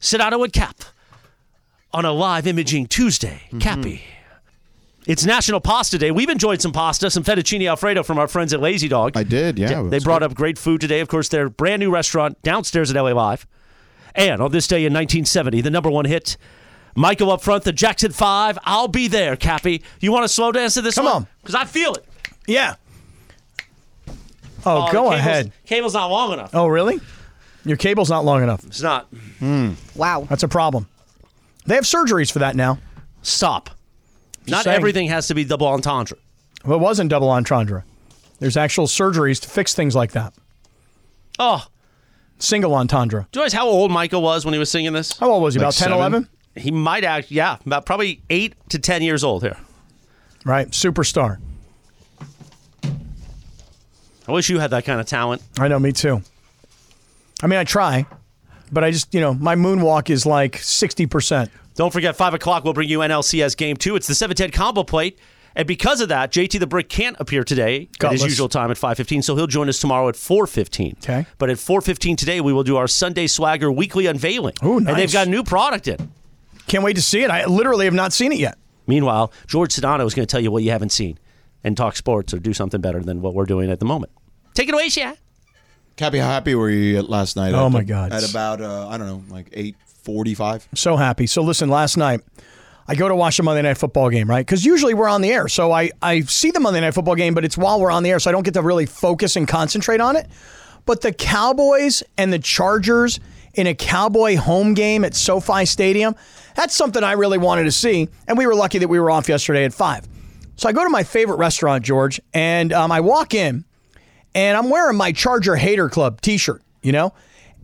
Speaker 6: Sedano and Cap on a live imaging Tuesday. Cappy. It's National Pasta Day. We've enjoyed some pasta, some fettuccine alfredo from our friends at Lazy Dog.
Speaker 5: I did, yeah.
Speaker 6: They brought up great food today. Of course, their brand new restaurant downstairs at LA Live. And on this day in 1970, the number one hit, Michael up front, the Jackson Five. I'll be there, Cappy. You want to slow dance to this Come on. Because I feel it.
Speaker 4: Yeah. Oh, go
Speaker 6: the cable's-
Speaker 4: ahead.
Speaker 6: Cable's not long enough.
Speaker 4: Oh, really? Your cable's not long enough.
Speaker 6: It's not.
Speaker 4: Wow. Hmm. That's a problem. They have surgeries for that now.
Speaker 6: Stop. Not
Speaker 4: saying.
Speaker 6: everything has to be double entendre.
Speaker 4: Well, it wasn't double entendre. There's actual surgeries to fix things like that.
Speaker 6: Oh,
Speaker 4: Single entendre.
Speaker 6: do you realize how old Michael was when he was singing this?
Speaker 4: How old was he? About 10, 11?
Speaker 6: He might act, yeah, about probably eight to 10 years old here.
Speaker 4: Right. Superstar.
Speaker 6: I wish you had that kind of talent.
Speaker 4: I know, me too. I mean, I try, but I just, you know, my moonwalk is like 60%.
Speaker 6: Don't forget, 5 o'clock, we'll bring you NLCS Game 2. It's the 7-10 combo plate. And because of that, JT the Brick can't appear today at
Speaker 4: Gutless.
Speaker 6: his usual time at 5.15, so he'll join us tomorrow at 4.15.
Speaker 4: Okay.
Speaker 6: But at 4.15 today, we will do our Sunday Swagger weekly unveiling.
Speaker 4: Ooh,
Speaker 6: And
Speaker 4: nice.
Speaker 6: they've got a new product in.
Speaker 4: Can't wait to see it. I literally have not seen it yet.
Speaker 6: Meanwhile, George Sedano is going to tell you what you haven't seen. and talk sports or do something better than what we're doing at the moment. Take it away, Shaq.
Speaker 5: Cappy, how happy were you at last night?
Speaker 4: Oh
Speaker 5: at
Speaker 4: my
Speaker 5: the-
Speaker 4: God.
Speaker 5: At about uh, I don't know, like eight forty-five.
Speaker 4: I'm so happy. So listen, last night I go to watch the Monday Night Football game, right? Because usually we're on the air, so I I see the Monday Night Football game, but it's while we're on the air, so I don't get to really focus and concentrate on it. But the Cowboys and the Chargers in a Cowboy home game at SoFi Stadium, that's something I really wanted to see, and we were lucky that we were off yesterday at five. So I go to my favorite restaurant, George, and um, I walk in and I'm wearing my Charger Hater Club t shirt, you know?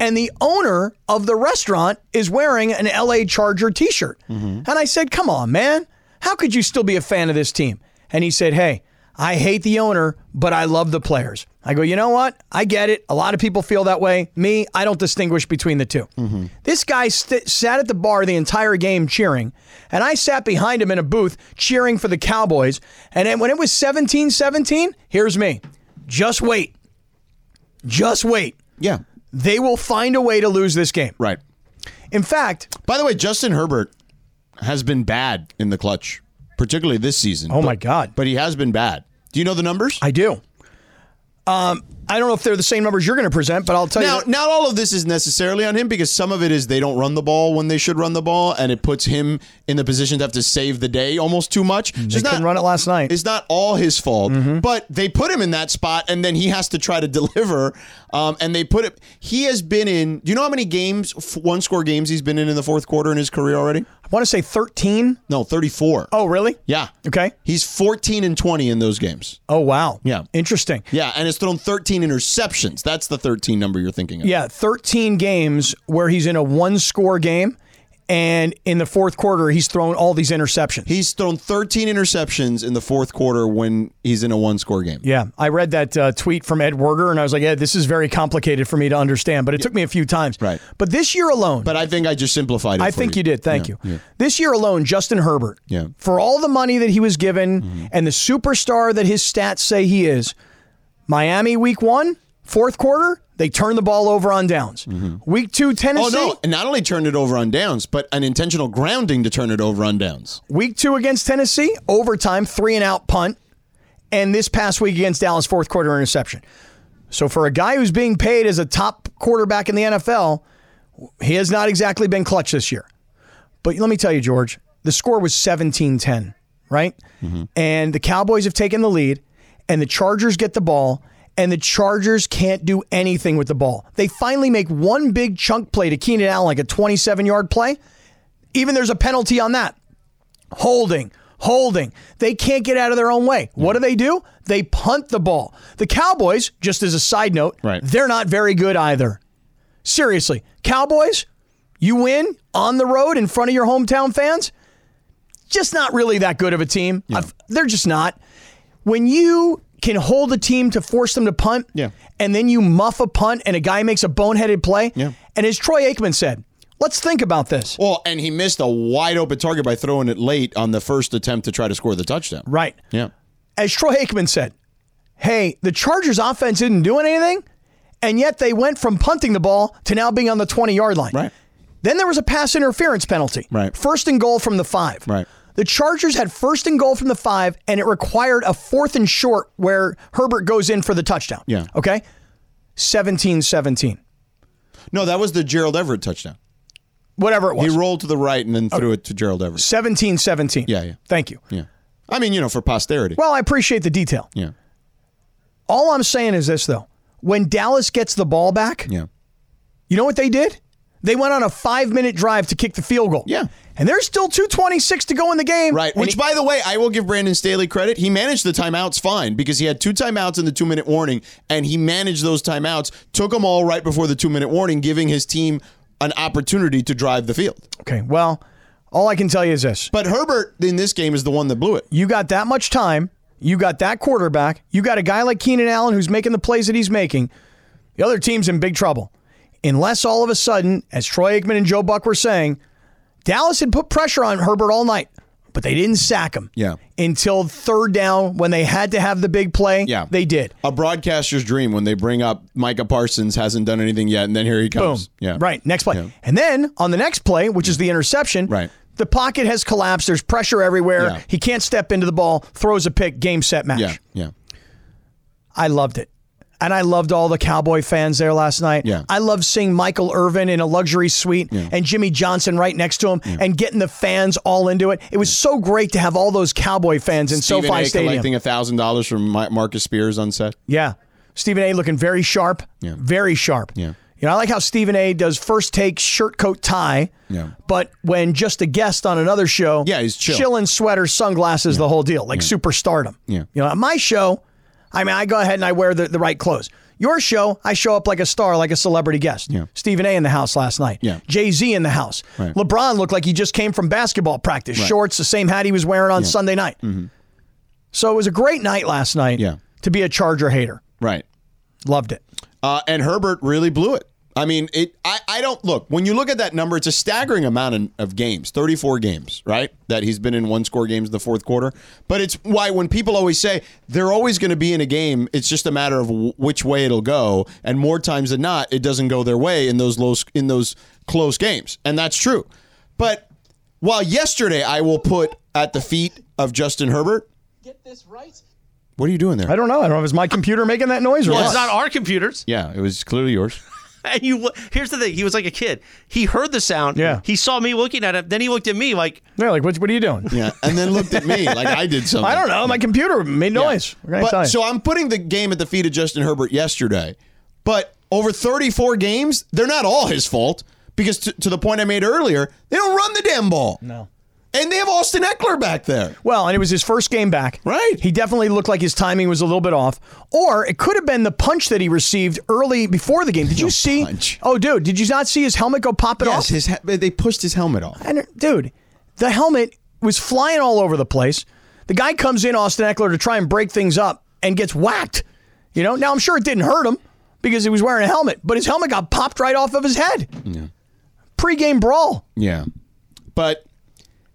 Speaker 4: And the owner of the restaurant is wearing an LA Charger t shirt. And I said, Come on, man. How could you still be a fan of this team? And he said, Hey, I hate the owner, but I love the players. I go, You know what? I get it. A lot of people feel that way. Me, I don't distinguish between the 2
Speaker 5: Mm-hmm.
Speaker 4: This guy st- sat at the bar the entire game cheering, and I sat behind him in a booth cheering for the Cowboys. And then when it was 17 17, here's me. Just wait. Just wait.
Speaker 5: Yeah.
Speaker 4: They will find a way to lose this game.
Speaker 5: Right.
Speaker 4: In fact,
Speaker 5: by the way, Justin Herbert has been bad in the clutch, particularly this season. Oh
Speaker 4: my God!
Speaker 5: But he has been bad. Do you know the numbers?
Speaker 4: I do. Um, I don't know if they're the same numbers you're going to present, but I'll tell
Speaker 5: now,
Speaker 4: you.
Speaker 5: not all of this is necessarily on him because some of it is they don't run the ball when they should run the ball, and it puts him in the position to have to save the day almost too much. So
Speaker 4: They couldn't run it last night. Mm-hmm.
Speaker 5: It's not all his fault, but they put him in that spot, and then he has to try to deliver. Um, and they put it. He has been in. Do you know how many games, one score games, he's been in in the fourth quarter in his career already? I
Speaker 4: want to say thirteen.
Speaker 5: No, thirty-four.
Speaker 4: Oh, really?
Speaker 5: Yeah.
Speaker 4: Okay.
Speaker 5: He's fourteen and twenty in those games.
Speaker 4: Oh wow.
Speaker 5: Yeah.
Speaker 4: Interesting.
Speaker 5: Yeah, and has thrown thirteen interceptions. That's the thirteen number you're thinking of.
Speaker 4: Yeah, 13 games where he's in a one score game, and in the fourth quarter, he's thrown all these interceptions.
Speaker 5: He's thrown 13 interceptions in the fourth quarter when he's in a one score game.
Speaker 4: Yeah, I read that uh, tweet from Ed Werder, and I was like, "Yeah, this is very complicated for me to understand." But it took me a few times. Right. But this year alone,
Speaker 5: But I think I just simplified it.
Speaker 4: I
Speaker 5: for
Speaker 4: think you did. Thank
Speaker 5: Yeah,
Speaker 4: you.
Speaker 5: yeah.
Speaker 4: This year alone, Justin Herbert,
Speaker 5: Yeah. Mm-hmm.
Speaker 4: for all the money that he was given and the superstar that his stats say he is, Miami week one, fourth quarter, they turn the ball over on downs. Week two, Tennessee.
Speaker 5: Oh, no. And not only turned it over on downs, but an intentional grounding to turn it over on downs.
Speaker 4: Week two against Tennessee, overtime, three and out punt. And this past week against Dallas, fourth quarter interception. So for a guy who's being paid as a top quarterback in the NFL, he has not exactly been clutch this year. But let me tell you, George, the score was 17 10, right? And the Cowboys have taken the lead, and the Chargers get the ball, and the Chargers can't do anything with the ball. They finally make one big chunk play to Keenan Allen, like a 27 yard play. Even there's a penalty on that holding, holding. They can't get out of their own way. What do they do? They punt the ball. The Cowboys, just as a side note, they're not very good either. Seriously, Cowboys, you win on the road in front of your hometown fans? Just not really that good of a team. I've- They're just not. When you can hold a team to force them to punt, and then you muff a punt and a guy makes a boneheaded play, and as Troy Aikman said, let's think about this.
Speaker 5: Well, and he missed a wide open target by throwing it late on the first attempt to try to score the touchdown.
Speaker 4: Right.
Speaker 5: Yeah.
Speaker 4: as Troy Aikman said, hey, the Chargers offense isn't doing anything, and yet they went from punting the ball to now being on the 20 yard line. Right. Then there was a pass interference penalty. Right. First and goal from the five. Right. The Chargers had first and goal from the five, and it required a fourth and short where Herbert goes in for the touchdown.
Speaker 5: Yeah.
Speaker 4: Okay. 17 17.
Speaker 5: No, that was the Gerald Everett touchdown.
Speaker 4: Whatever it was.
Speaker 5: He rolled to the right and then threw it to Gerald Everett.
Speaker 4: 17 17.
Speaker 5: Yeah, yeah.
Speaker 4: Thank you.
Speaker 5: Yeah. I mean, you know, for posterity.
Speaker 4: Well, I appreciate the detail.
Speaker 5: Yeah.
Speaker 4: All I'm saying is this, though. When Dallas gets the ball back,
Speaker 5: Yeah.
Speaker 4: You know what they did? They went on a five minute drive to kick the field goal. Yeah. And there's still 226 to go in the game.
Speaker 5: Right. Which, by the way, I will give Brandon Staley credit. He managed the timeouts fine because he had two timeouts and the two minute warning, and he managed those timeouts, took them all right before the two minute warning, giving his team an opportunity to drive the field.
Speaker 4: Okay. Well, all I can tell you is this.
Speaker 5: But Herbert in this game is the one that blew it.
Speaker 4: You got that much time. You got that quarterback. You got a guy like Keenan Allen who's making the plays that he's making. The other team's in big trouble. Unless all of a sudden, as Troy Aikman and Joe Buck were saying, Dallas had put pressure on Herbert all night, but they didn't sack him.
Speaker 5: Yeah.
Speaker 4: Until third down when they had to have the big play.
Speaker 5: Yeah.
Speaker 4: They did.
Speaker 5: A broadcaster's dream when they bring up Micah Parsons hasn't done anything yet, and then here he comes.
Speaker 4: Boom.
Speaker 5: Yeah.
Speaker 4: Right. Next play. And then on the next play, which is the interception, right. The pocket has collapsed. There's pressure everywhere.
Speaker 5: Yeah.
Speaker 4: He can't step into the ball. Throws a pick. Game set match.
Speaker 5: Yeah, yeah.
Speaker 4: I loved it. And I loved all the Cowboy fans there last night.
Speaker 5: Yeah.
Speaker 4: I loved seeing Michael Irvin in a luxury suite and Jimmy Johnson right next to him and getting the fans all into it. It was so great to have all those Cowboy fans in
Speaker 5: Stephen
Speaker 4: SoFi
Speaker 5: A.
Speaker 4: Stadium.
Speaker 5: collecting thousand dollars from Mi- Marcus Spears on set.
Speaker 4: Yeah. Stephen A looking very sharp.
Speaker 5: Yeah.
Speaker 4: Very sharp.
Speaker 5: Yeah.
Speaker 4: You know, I like how Stephen A does first take shirt coat tie.
Speaker 5: Yeah.
Speaker 4: But when just a guest on another show, yeah, he's
Speaker 5: chill.
Speaker 4: chilling sweater, sunglasses, the whole deal, like super superstardom.
Speaker 5: Yeah.
Speaker 4: You know, at my show, I mean, I go ahead and I wear the, the right clothes. Your show, I show up like a star, like a celebrity guest.
Speaker 5: Yeah.
Speaker 4: Stephen A in the house last night.
Speaker 5: Yeah.
Speaker 4: Jay Z in the house.
Speaker 5: Right.
Speaker 4: LeBron looked like he just came from basketball practice.
Speaker 5: Right.
Speaker 4: Shorts, the same hat he was wearing on
Speaker 5: Yeah.
Speaker 4: Sunday night.
Speaker 5: hmm
Speaker 4: So it was a great night last night
Speaker 5: Yeah.
Speaker 4: to be a Charger hater.
Speaker 5: Right.
Speaker 4: Loved it.
Speaker 5: Uh, and Herbert really blew it. I mean, it. I, I don't look when you look at that number. It's a staggering amount in- of games, thirty four games, right? That he's been in one score games in the fourth quarter. But it's why when people always say they're always going to be in a game, it's just a matter of w- which way it'll go. And more times than not, it doesn't go their way in those low in those close games, and that's true. But while yesterday I will put at the feet of Justin Herbert. What are you doing there?
Speaker 4: I don't know. I don't know if it's my computer making that noise or
Speaker 6: Well,
Speaker 4: what.
Speaker 6: it's not our computers.
Speaker 5: Yeah, it was clearly yours.
Speaker 6: And you, here's the thing. He was like a kid. He heard the sound. Yeah. He saw me looking at him. Then he looked at me like,
Speaker 4: They're like, what, what are you doing?
Speaker 5: Yeah, and then looked at me like I did something.
Speaker 4: I don't know. My computer made noise. What can I tell
Speaker 5: But
Speaker 4: you?
Speaker 5: so I'm putting the game at the feet of Justin Herbert yesterday. But over 34 games, they're not all his fault because to, to the point I made earlier, they don't run the damn ball. No. And they have Austin Eckler back there.
Speaker 4: Well, and it was his first game back. Right. He definitely looked like his timing was a little bit off. Or it could have been the punch that he received early before the game. Did you see? Oh, dude, did you not see his helmet go popping off?
Speaker 5: Yes, his he- they pushed his helmet off.
Speaker 4: And dude, the helmet was flying all over the place. The guy comes in, Austin Eckler, to try and break things up and gets whacked. You know, now I'm sure it didn't hurt him because he was wearing a helmet, but his helmet got popped right off of his head.
Speaker 5: Yeah.
Speaker 4: Pre-game brawl.
Speaker 5: Yeah. But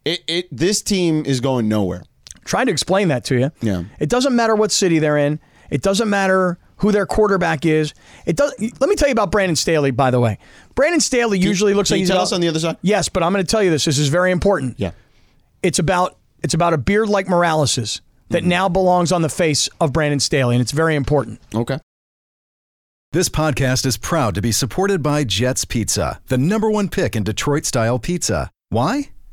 Speaker 5: it, it this team is going nowhere.
Speaker 4: Trying to explain that to you.
Speaker 5: Yeah.
Speaker 4: It doesn't matter what city they're in. It doesn't matter who their quarterback is. It does. Let me tell you about Brandon Staley, by the way. Brandon Staley usually looks
Speaker 5: Can
Speaker 4: like
Speaker 5: you
Speaker 4: he's
Speaker 5: tell
Speaker 4: about-
Speaker 5: us on the other side?
Speaker 4: Yes, but I'm going to tell you this. This is very important.
Speaker 5: Yeah.
Speaker 4: It's about it's about a beard like Morales's that
Speaker 5: Mm-hmm.
Speaker 4: now belongs on the face of Brandon Staley, and it's very important.
Speaker 5: Okay.
Speaker 9: This podcast is proud to be supported by Jets Pizza, the number one pick in Detroit style pizza. Why?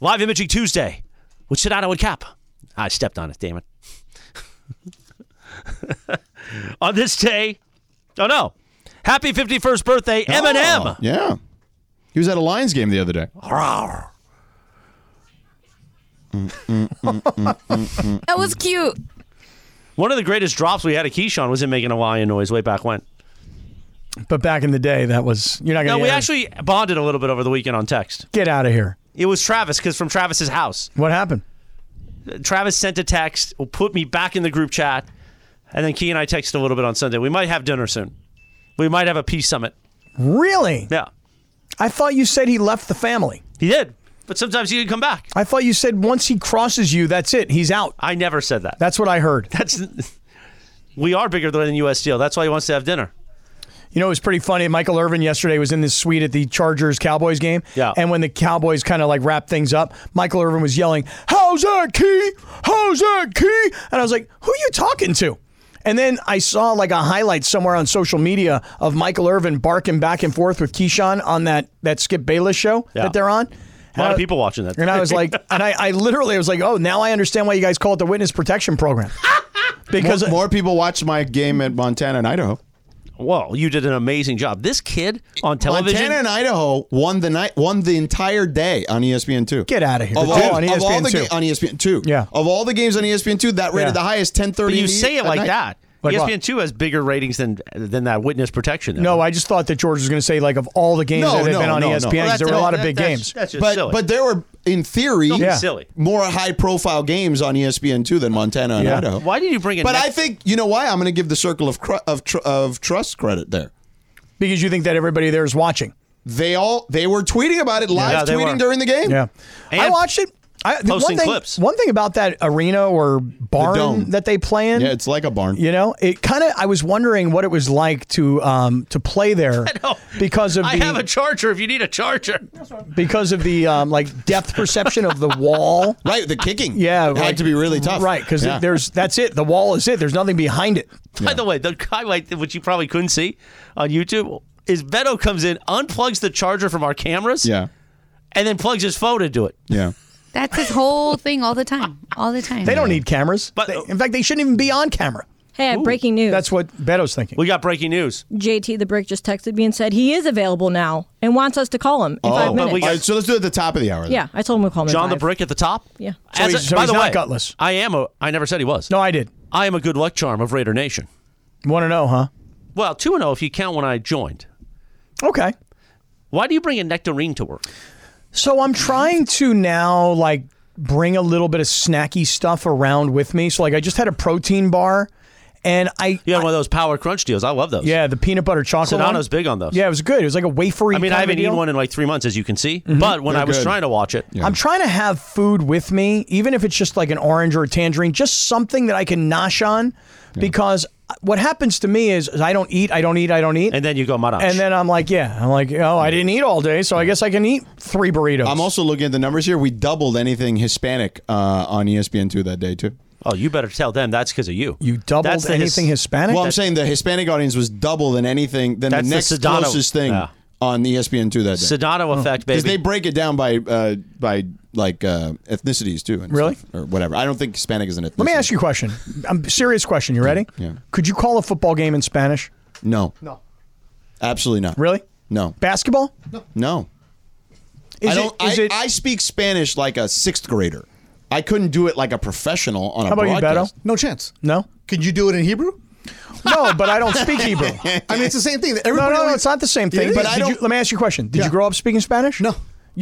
Speaker 6: Live Imaging Tuesday with Sedano and Cap. I stepped on it, damn it. on this day, oh no, happy 51st birthday, Eminem.
Speaker 5: Oh, Yeah. He was at a Lions game the other day.
Speaker 6: Rawr.
Speaker 5: Mm,
Speaker 7: That was cute.
Speaker 6: One of the greatest drops we had at Keyshawn was him making a lion noise way back when.
Speaker 4: But back in the day, that was you're not going
Speaker 6: No,
Speaker 4: to
Speaker 6: we actually bonded a little bit over the weekend on text.
Speaker 4: get out of here.
Speaker 6: It was Travis, because from Travis's house.
Speaker 4: What happened?
Speaker 6: Travis sent a text, put me back in the group chat, and then Key and I texted a little bit on Sunday. We might have dinner soon. We might have a peace summit.
Speaker 4: Really?
Speaker 6: Yeah.
Speaker 4: I thought you said he left the family.
Speaker 6: He did. But sometimes he can come back.
Speaker 4: I thought you said once he crosses you, that's it. He's out.
Speaker 6: I never said that.
Speaker 4: That's what I heard.
Speaker 6: That's we are bigger than U.S. Steel. That's why he wants to have dinner.
Speaker 4: You know, it was pretty funny. Michael Irvin yesterday was in this suite at the Chargers Cowboys game.
Speaker 6: Yeah.
Speaker 4: And when the Cowboys kind of like wrapped things up, Michael Irvin was yelling, How's that key? How's that key? And I was like, Who are you talking to? And then I saw like a highlight somewhere on social media of Michael Irvin barking back and forth with Keyshawn on that, that Skip Bayless show
Speaker 6: Yeah.
Speaker 4: that they're on.
Speaker 6: A lot of people watching that.
Speaker 4: And I was like, and I, I literally was like, oh, now I understand why you guys call it the witness protection program.
Speaker 5: Because more, more people watch my game at Montana and Idaho.
Speaker 6: Whoa, you did an amazing job. This kid on television.
Speaker 5: Montana and Idaho won the night, won the entire day on E ESPN two.
Speaker 4: Get out of here!
Speaker 5: Of
Speaker 4: Dude.
Speaker 5: all,
Speaker 4: Oh, on
Speaker 5: of all the
Speaker 4: ESPN2.
Speaker 5: ga- on E ESPN two. Yeah. Of all the games on E ESPN two, that rated
Speaker 6: Yeah.
Speaker 5: the highest ten
Speaker 6: But
Speaker 5: thirty.
Speaker 6: you say it like that. E ESPN two has bigger ratings than than that witness protection.
Speaker 4: No, I just thought that George was going to say like of all the games
Speaker 5: no,
Speaker 4: that have
Speaker 5: no,
Speaker 4: been on
Speaker 5: Oh,
Speaker 4: E
Speaker 5: no, no.
Speaker 4: ESPN, 'cause there were a lot of big games.
Speaker 5: but, But there were, in theory,
Speaker 4: Don't be Yeah. silly.
Speaker 5: more high-profile games on E ESPN two than Montana and
Speaker 4: Yeah.
Speaker 5: Idaho.
Speaker 6: Why did you bring it?
Speaker 5: But I think you know why. I'm going to give the circle of cru- of, tr- of trust credit there.
Speaker 4: because you think that everybody there is watching.
Speaker 5: They all they were tweeting about it live
Speaker 4: Yeah, they
Speaker 5: tweeting
Speaker 4: were.
Speaker 5: during the game.
Speaker 4: Yeah, I watched it. I, the
Speaker 5: posting
Speaker 4: one thing,
Speaker 5: clips.
Speaker 4: One thing about that arena or barn
Speaker 5: dome.
Speaker 4: that they play in.
Speaker 5: Yeah, it's like a barn.
Speaker 4: You know, it kind of. I was wondering what it was like to um to play there because of
Speaker 6: I
Speaker 4: the
Speaker 6: have a charger. If you need a charger,
Speaker 4: because of the um like depth perception of the wall.
Speaker 5: Right, the kicking.
Speaker 4: Yeah,
Speaker 5: It had to be really tough.
Speaker 4: Right, because
Speaker 5: Yeah.
Speaker 4: there's that's it. The wall is it. There's nothing behind it.
Speaker 6: By the way, the highlight, which you probably couldn't see on YouTube, is Beto comes in, unplugs the charger from our cameras,
Speaker 5: yeah,
Speaker 6: and then plugs his phone into it.
Speaker 5: Yeah.
Speaker 7: That's his whole thing all the time. All the time.
Speaker 4: They don't need cameras. But in fact, they shouldn't even be on camera.
Speaker 10: Hey, I have breaking news.
Speaker 4: That's what Beto's thinking.
Speaker 6: We got breaking news.
Speaker 10: JT the Brick just texted me and said he is available now and wants us to call him in
Speaker 5: Oh,
Speaker 10: five minutes.
Speaker 5: All right, so let's do it at the top of the hour. then.
Speaker 10: yeah, I told him we'll call him. in
Speaker 6: John the
Speaker 10: five.
Speaker 6: Brick at the top.
Speaker 10: Yeah.
Speaker 4: So he's- so
Speaker 6: by
Speaker 4: he's
Speaker 6: the
Speaker 4: not
Speaker 6: way,
Speaker 4: gutless.
Speaker 6: I am a. I never said he was.
Speaker 4: No, I did.
Speaker 6: I am a good luck charm of Raider Nation.
Speaker 4: Want to know, huh?
Speaker 6: Well, two and zero if you count when I joined.
Speaker 4: Okay.
Speaker 6: Why do you bring a nectarine to work?
Speaker 4: So I'm trying to now like bring a little bit of snacky stuff around with me. So like I just had a protein bar and I
Speaker 6: You had one of those power crunch deals. I love those.
Speaker 4: yeah, the peanut butter chocolate. one.
Speaker 6: Sedano's big on those.
Speaker 4: Yeah, it was good. It was like a wafery.
Speaker 6: I mean,
Speaker 4: kind
Speaker 6: I haven't
Speaker 4: of deal. Mm-hmm.
Speaker 6: eaten one in like three months, as you can see. But when
Speaker 4: They're
Speaker 6: I was
Speaker 4: good.
Speaker 6: trying to watch it,
Speaker 4: I'm trying to have food with me, even if it's just like an orange or a tangerine, just something that I can nosh on because what happens to me is, is I don't eat, I don't eat, I don't eat.
Speaker 6: And then you go madash.
Speaker 4: And then I'm like, yeah, I'm like, oh, I didn't eat all day, so I guess I can eat three burritos.
Speaker 5: I'm also looking at the numbers here. We doubled anything Hispanic uh, on ESPN two that day too.
Speaker 6: oh, you better tell them that's because of you. You
Speaker 4: doubled anything Hispanic?
Speaker 5: Well, I'm
Speaker 4: That's-
Speaker 5: saying the Hispanic audience was double than anything than the
Speaker 6: That's the
Speaker 5: next
Speaker 6: Sedano-
Speaker 5: closest thing
Speaker 6: yeah.
Speaker 5: on E ESPN two that day.
Speaker 4: Oh.
Speaker 6: Sedano effect,
Speaker 5: because
Speaker 6: baby.
Speaker 5: they break it down by uh, by like uh, ethnicities too, and
Speaker 4: Really?
Speaker 5: stuff, or whatever. I don't think Hispanic is an ethnicity.
Speaker 4: Let me ask you a question. I'm serious question. You ready?
Speaker 5: Yeah.
Speaker 4: Could you call a football game in Spanish?
Speaker 5: No,
Speaker 4: No.
Speaker 5: absolutely not.
Speaker 4: Really?
Speaker 5: No,
Speaker 4: Basketball?
Speaker 5: no.
Speaker 4: Is
Speaker 5: I
Speaker 4: it-
Speaker 5: don't.
Speaker 4: is
Speaker 5: I,
Speaker 4: it-
Speaker 5: I speak Spanish like a sixth grader. I couldn't do it like a professional on
Speaker 4: How
Speaker 5: a
Speaker 4: about you, Beto?
Speaker 5: broadcast.
Speaker 12: No chance.
Speaker 4: No.
Speaker 12: Could you do it in Hebrew?
Speaker 4: No, but I don't speak Hebrew.
Speaker 12: I mean, it's the same thing.
Speaker 4: No,
Speaker 12: Everybody
Speaker 4: no, no,
Speaker 12: always-
Speaker 4: it's not the same thing.
Speaker 12: It
Speaker 4: But
Speaker 12: is.
Speaker 4: did you, let me ask you a question. Did
Speaker 12: Yeah.
Speaker 4: you grow up speaking Spanish? No.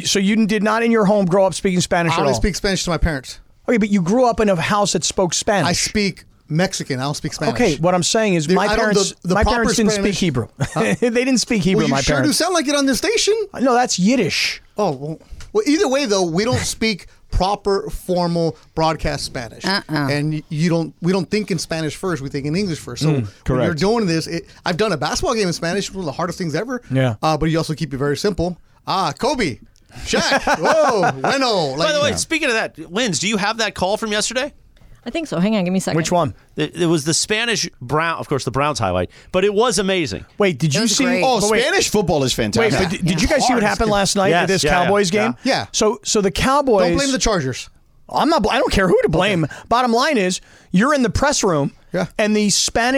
Speaker 4: So you did not in your home grow up speaking Spanish
Speaker 12: I
Speaker 4: at
Speaker 12: only
Speaker 4: all?
Speaker 12: speak Spanish to my parents.
Speaker 4: Okay, but you grew up in a house that spoke Spanish.
Speaker 12: I speak Mexican. I don't speak Spanish.
Speaker 4: Okay, what I'm saying is
Speaker 12: Dude,
Speaker 4: my
Speaker 12: I don't-
Speaker 4: parents
Speaker 12: the- the
Speaker 4: my
Speaker 12: proper
Speaker 4: parents didn't
Speaker 12: Spanish-
Speaker 4: speak Hebrew. they didn't speak Hebrew,
Speaker 12: well, you
Speaker 4: my
Speaker 12: sure
Speaker 4: parents.
Speaker 12: do sound like it on this station.
Speaker 4: No, that's Yiddish.
Speaker 12: Oh well, well. Either way, though, we don't speak proper formal broadcast Spanish, and you don't. We don't think in Spanish first. We think in English first. So
Speaker 5: Mm,
Speaker 12: when you're
Speaker 5: correct.
Speaker 12: doing this, it, I've done a basketball game in Spanish, one of the hardest things ever.
Speaker 5: Yeah.
Speaker 12: Uh, but you also keep it very simple. Ah, Kobe, Shaq. Whoa, bueno.
Speaker 6: By the way,
Speaker 12: yeah.
Speaker 6: speaking of that, Linz, do you have that call from yesterday?
Speaker 10: I think so. Hang on, give me a second.
Speaker 4: Which one?
Speaker 6: It it was the Spanish Brown, of course, the Browns highlight, but it was amazing.
Speaker 4: Wait, did you see?
Speaker 5: Oh,
Speaker 4: but wait.
Speaker 5: Spanish football is
Speaker 4: Wait,
Speaker 5: fantastic.
Speaker 4: but did, did you guys see what happened last night
Speaker 5: Yes,
Speaker 4: with this
Speaker 5: yeah, yeah,
Speaker 4: Cowboys game?
Speaker 5: yeah.
Speaker 12: Yeah.
Speaker 4: So, so the Cowboys.
Speaker 12: don't blame the Chargers.
Speaker 4: I'm not. bl- I don't care who to blame. Bottom line is, you're in the press room, and the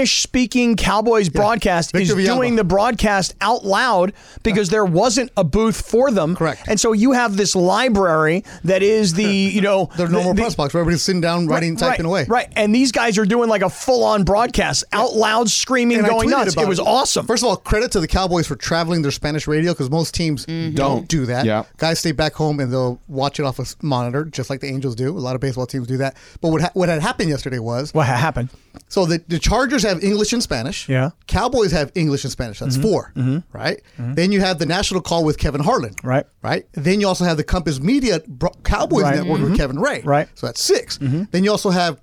Speaker 4: Spanish-speaking Cowboys broadcast is
Speaker 12: Victor Villalba.
Speaker 4: doing the broadcast out loud because there wasn't a booth for them. Correct. And so you have this library that is the you know
Speaker 12: Their normal press box where everybody's sitting down, writing, typing
Speaker 4: right,
Speaker 12: away.
Speaker 4: Right. And these guys are doing like a full-on broadcast out loud, screaming,
Speaker 12: And I
Speaker 4: going
Speaker 12: tweeted
Speaker 4: nuts.
Speaker 12: about
Speaker 4: It was awesome.
Speaker 12: First of all, credit to the Cowboys for traveling their Spanish radio because most teams
Speaker 4: Mm-hmm.
Speaker 12: don't
Speaker 5: Don't.
Speaker 12: do that.
Speaker 5: Yeah.
Speaker 12: Guys stay back home and they'll watch it off a s- monitor, just like the Angels do. A lot of baseball teams do that. But what ha- what had happened yesterday was
Speaker 4: What ha- happened?
Speaker 12: so the, the Chargers have English and Spanish.
Speaker 4: Yeah. Mm-hmm.
Speaker 12: Cowboys have English and Spanish. That's four, right? Then you have the national call with Kevin Harlan.
Speaker 4: Right.
Speaker 12: Right. Then you also have the Compass Media bro- Cowboys
Speaker 4: Right. Mm-hmm.
Speaker 12: Network with Kevin Ray.
Speaker 4: Right. Mm-hmm.
Speaker 12: So that's 6 Then you also have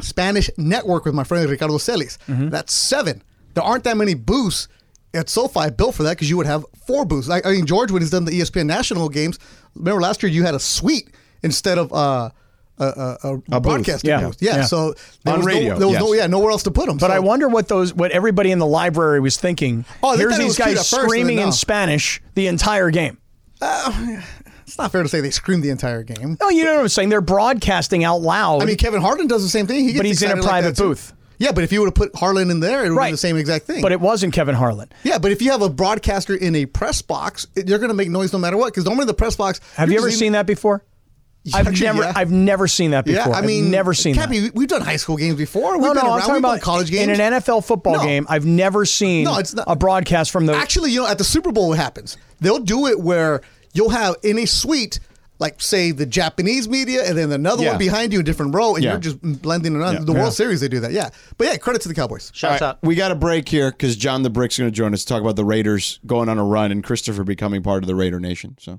Speaker 12: Spanish Network with my friend Ricardo Celis.
Speaker 4: Mm-hmm.
Speaker 12: That's seven. There aren't that many booths at SoFi built for that because you would have four booths. I, I mean, George, when he's done the E ESPN national games, remember last year you had a suite instead of uh, a, a, a, broadcasting
Speaker 4: Yeah.
Speaker 12: booth. Yeah.
Speaker 4: Yeah.
Speaker 12: So
Speaker 5: On
Speaker 12: was no-
Speaker 5: radio,
Speaker 12: there was
Speaker 5: yes.
Speaker 12: no, yeah, nowhere else to put them.
Speaker 4: But I wonder what those what everybody in the library was thinking.
Speaker 12: Oh, they
Speaker 4: Here's
Speaker 12: thought it
Speaker 4: these
Speaker 12: was cute
Speaker 4: guys
Speaker 12: at first, and then
Speaker 4: screaming
Speaker 12: no.
Speaker 4: in Spanish the entire game.
Speaker 12: It's not fair to say they screamed the entire game.
Speaker 4: No, you know what I'm saying. They're broadcasting out loud.
Speaker 12: I mean, Kevin Harlan does the same thing. He gets
Speaker 4: But he's in a
Speaker 12: excited like
Speaker 4: private
Speaker 12: that, too.
Speaker 4: booth.
Speaker 12: Yeah, but if you would have put Harlan in there, it would have been the same exact thing.
Speaker 4: But it wasn't Kevin Harlan.
Speaker 12: yeah, but if you have a broadcaster in a press box, it- you're going to make noise no matter what. Because normally the press box.
Speaker 4: Have you ever seen that before? I've
Speaker 12: Actually,
Speaker 4: never,
Speaker 12: yeah.
Speaker 4: I've never seen that
Speaker 12: Yeah,
Speaker 4: before.
Speaker 12: I mean,
Speaker 4: have never seen that.
Speaker 12: Cappy, we- we've done high school games before. We've
Speaker 4: no,
Speaker 12: been
Speaker 4: no, I'm
Speaker 12: around.
Speaker 4: talking
Speaker 12: we've done
Speaker 4: about
Speaker 12: college games.
Speaker 4: in an NFL football game. I've never seen
Speaker 12: No, it's not-
Speaker 4: a broadcast from the.
Speaker 12: Actually, you know, at the Super Bowl, it happens. They'll do it where you'll have in a suite, like say the Japanese media, and then another
Speaker 5: Yeah.
Speaker 12: one behind you, a different row, and
Speaker 5: Yeah.
Speaker 12: you're just blending it on.
Speaker 5: Yeah.
Speaker 12: The
Speaker 5: Yeah.
Speaker 12: World Series, they do that. Yeah, but yeah, credit to the Cowboys.
Speaker 5: All right, We got a break here because John the Brick's going to join us to talk about the Raiders going on a run and Christopher becoming part of the Raider Nation. So.